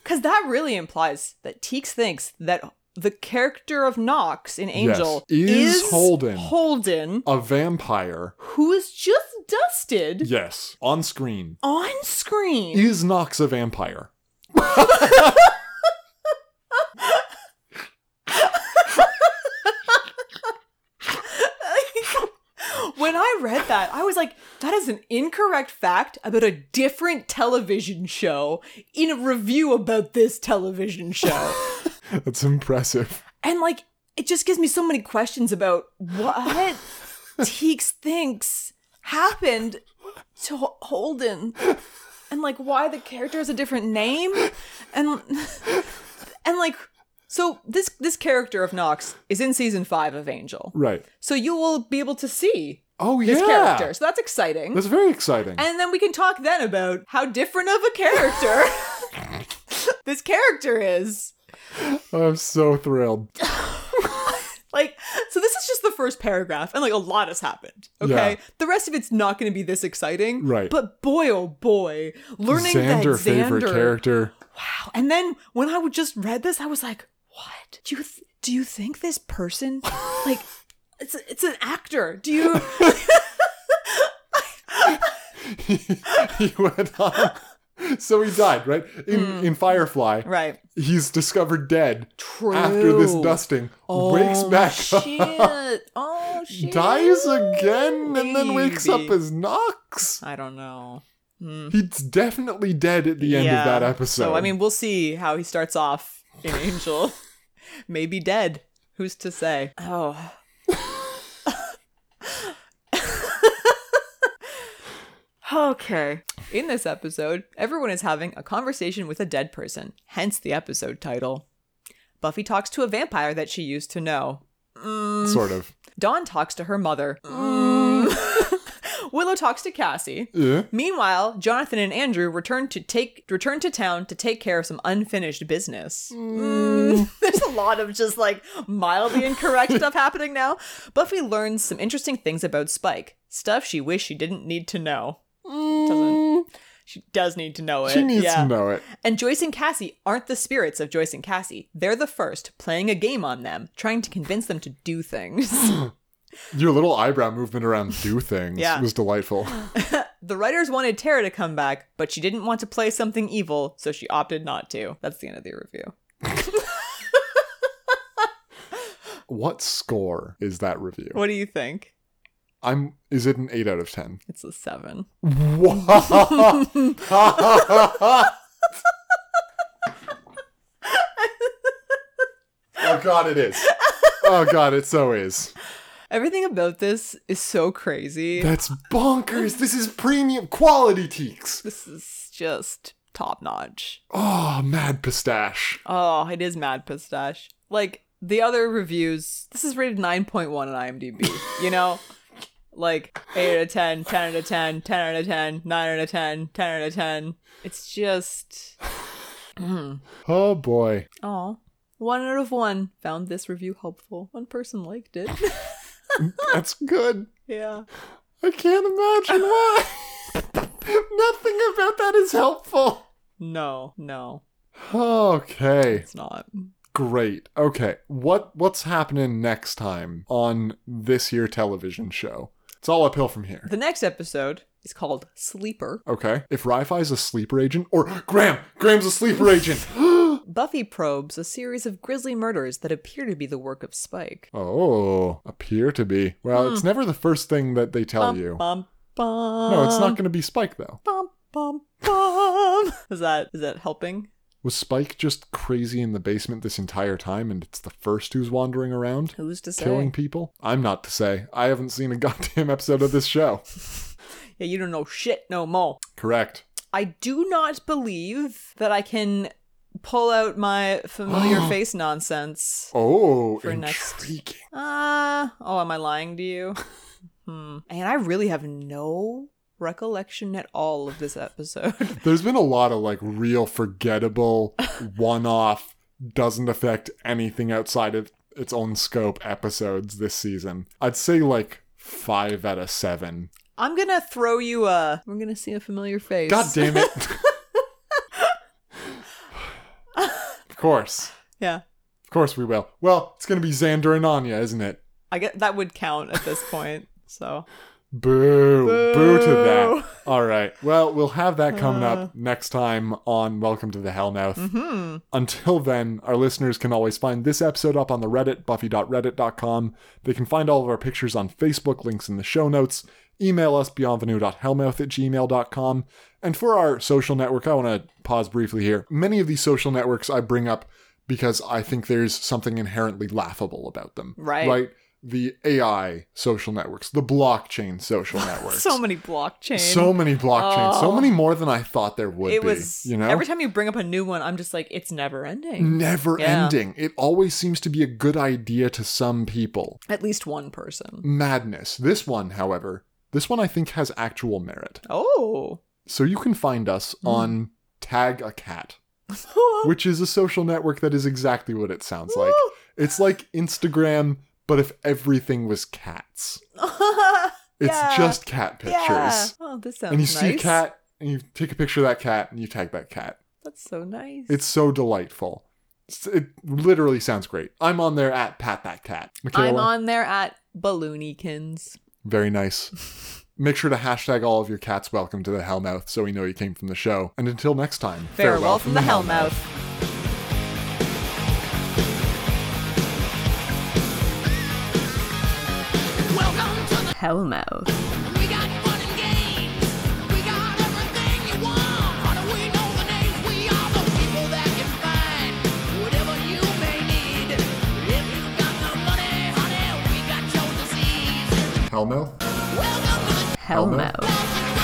Speaker 1: because that really implies that Teeks thinks that the character of Knox in Angel
Speaker 2: Yes. Is Holden.
Speaker 1: Holden,
Speaker 2: A vampire.
Speaker 1: who is just dusted
Speaker 2: Yes. On screen.
Speaker 1: on screen.
Speaker 2: Is Nox a vampire?
Speaker 1: when I read that, I was like, that is an incorrect fact about a different television show in a review about this television show.
Speaker 2: That's impressive.
Speaker 1: And like, it just gives me so many questions about what Teeks thinks happened to Ho- Holden, and like why the character has a different name, and and like, so this this character of Knox is in season five of Angel,
Speaker 2: Right.
Speaker 1: so you will be able to see
Speaker 2: Oh yeah.
Speaker 1: this character. So that's exciting.
Speaker 2: That's very exciting.
Speaker 1: And then we can talk then about how different of a character this character is.
Speaker 2: I'm so thrilled.
Speaker 1: Like, so this is just the first paragraph, and like a lot has happened. Okay,
Speaker 2: Yeah.
Speaker 1: the rest of it's not going to be this exciting,
Speaker 2: Right.
Speaker 1: But boy, oh boy, learning that
Speaker 2: Xander,
Speaker 1: Xander,
Speaker 2: favorite character.
Speaker 1: Wow. And then when I would just read this, I was like, what? Do you th- do you think this person, like, it's it's an actor? Do you?
Speaker 2: he went on. So he died, right? In in Firefly.
Speaker 1: Hmm. right.
Speaker 2: He's discovered dead
Speaker 1: True.
Speaker 2: after this dusting. wakes
Speaker 1: Oh,
Speaker 2: back up.
Speaker 1: Shit. Oh shit.
Speaker 2: dies again and then wakes up
Speaker 1: Maybe.
Speaker 2: as Knox.
Speaker 1: I don't know.
Speaker 2: He's definitely dead at the end of that episode.
Speaker 1: Hmm. So I mean, we'll see how he starts off in Angel. Maybe dead. Who's to say? Oh. okay. In this episode, everyone is having a conversation with a dead person, hence the episode title. Buffy talks to a vampire that she used to know.
Speaker 2: sort of.
Speaker 1: Dawn talks to her mother. Willow talks to Cassie.
Speaker 2: Yeah.
Speaker 1: Meanwhile, Jonathan and Andrew return to take return to town to take care of some unfinished business. Mm, There's a lot of just like mildly incorrect stuff happening now. Buffy learns some interesting things about Spike, stuff she wished she didn't need to know. Doesn't she does need to know it?
Speaker 2: Mm. She needs
Speaker 1: yeah.
Speaker 2: to know it.
Speaker 1: And Joyce and Cassie aren't the spirits of Joyce and Cassie. They're the first playing a game on them, trying to convince them to do things.
Speaker 2: Your little eyebrow movement around do things
Speaker 1: Yeah.
Speaker 2: was delightful.
Speaker 1: The writers wanted Tara to come back, but she didn't want to play something evil, so she opted not to. That's the end of the review.
Speaker 2: What score is that review?
Speaker 1: What do you think?
Speaker 2: I'm is it an 8 out of 10?
Speaker 1: It's a seven.
Speaker 2: What? oh god, it is. oh god, it so is.
Speaker 1: Everything about this is so crazy.
Speaker 2: That's bonkers. This is premium quality teaks.
Speaker 1: This is just top notch.
Speaker 2: Oh, mad pistache.
Speaker 1: Oh, it is mad pistache. Like the other reviews, this is rated 9.1 on IMDb, you know? Like 8 out of 10, 10 out of 10, 10 out of 10, 9 out of 10, 10 out of 10. It's just.
Speaker 2: Oh boy.
Speaker 1: Oh. One out of one found this review helpful. One person liked it.
Speaker 2: That's good.
Speaker 1: yeah.
Speaker 2: I can't imagine why. Nothing about that is helpful.
Speaker 1: No, no,
Speaker 2: Okay.
Speaker 1: it's not.
Speaker 2: Great. Okay. What what's happening next time on this year television show? It's all uphill from here.
Speaker 1: The next episode is called Sleeper.
Speaker 2: Okay. If Ri-Fi's a sleeper agent or Graham, Graham's a sleeper agent.
Speaker 1: Buffy probes a series of grisly murders that appear to be the work of Spike.
Speaker 2: oh, appear to be. Well, it's
Speaker 1: Hmm.
Speaker 2: never the first thing that they tell you.
Speaker 1: Bum bum.
Speaker 2: no, it's not going to be Spike though.
Speaker 1: Bum bum bum. Is that is that helping?
Speaker 2: Was Spike just crazy in the basement this entire time and it's the first who's wandering around?
Speaker 1: Who's to say?
Speaker 2: killing people? I'm not to say. I haven't seen a goddamn episode of this show.
Speaker 1: Yeah, you don't know shit no more.
Speaker 2: Correct.
Speaker 1: I do not believe that I can pull out my familiar face nonsense.
Speaker 2: Oh,
Speaker 1: For next-
Speaker 2: intriguing.
Speaker 1: Uh, oh, am I lying to you? hmm. And I really have no recollection at all of this episode.
Speaker 2: There's been a lot of like real forgettable, one off, doesn't affect anything outside of its own scope episodes this season. I'd say like five out of seven.
Speaker 1: I'm gonna throw you a. We're gonna see a familiar face.
Speaker 2: God damn it. of course.
Speaker 1: Yeah.
Speaker 2: Of course we will. Well, it's going to be Xander and Anya, isn't it?
Speaker 1: I get that would count at this point. So
Speaker 2: Boo. Boo. to
Speaker 1: Boo. Uh.
Speaker 2: that. All right. Well, we'll have that coming up next time on Welcome to the Hellmouth.
Speaker 1: Mm-hmm.
Speaker 2: Until then, our listeners can always find this episode up on the Reddit, buffy.reddit.com. They can find all of our pictures on Facebook, links in the show notes. Email us, bienvenue.hellmouth at gmail.com. And for our social network, I want to pause briefly here. Many of these social networks I bring up because I think there's something inherently laughable about them.
Speaker 1: Right.
Speaker 2: Right? The AI social networks, the blockchain social networks.
Speaker 1: so many blockchain.
Speaker 2: So many blockchains, so many more than I thought there would
Speaker 1: it
Speaker 2: be.
Speaker 1: was
Speaker 2: you know, Mm.
Speaker 1: every time you bring up a new one, I'm just like, it's never ending.
Speaker 2: never
Speaker 1: Yeah.
Speaker 2: ending. It always seems to be a good idea to some people.
Speaker 1: At least one
Speaker 2: Mm.
Speaker 1: person.
Speaker 2: Madness. This one, however, this one I think has actual merit.
Speaker 1: Oh.
Speaker 2: So you can find us
Speaker 1: Mm.
Speaker 2: on Tag a Cat, which is a social network that is exactly what it sounds like. It's like Instagram, but if everything was cats. It's
Speaker 1: Yeah.
Speaker 2: just cat pictures.
Speaker 1: Yeah. Oh, this sounds
Speaker 2: And you
Speaker 1: nice.
Speaker 2: see a cat, and you take a picture of that cat, and you tag that cat.
Speaker 1: That's so nice.
Speaker 2: It's so delightful. It's- It literally sounds great. I'm on there at Pat That Cat. Michaela,
Speaker 1: I'm on there at Balloonykins.
Speaker 2: Very nice. Make sure to hashtag all of your cats welcome to the Hellmouth so we know you came from the show. And until next time,
Speaker 1: Farewell, from the Hellmouth.
Speaker 8: Welcome to the
Speaker 9: Hellmouth.
Speaker 8: We got fun and games. We got everything you want. How do we know the names? We are the people that can find whatever you may need. If you got the money, honey, we got your disease.
Speaker 2: Hellmouth?
Speaker 8: Welcome to the
Speaker 9: Hellmouth.
Speaker 8: Welcome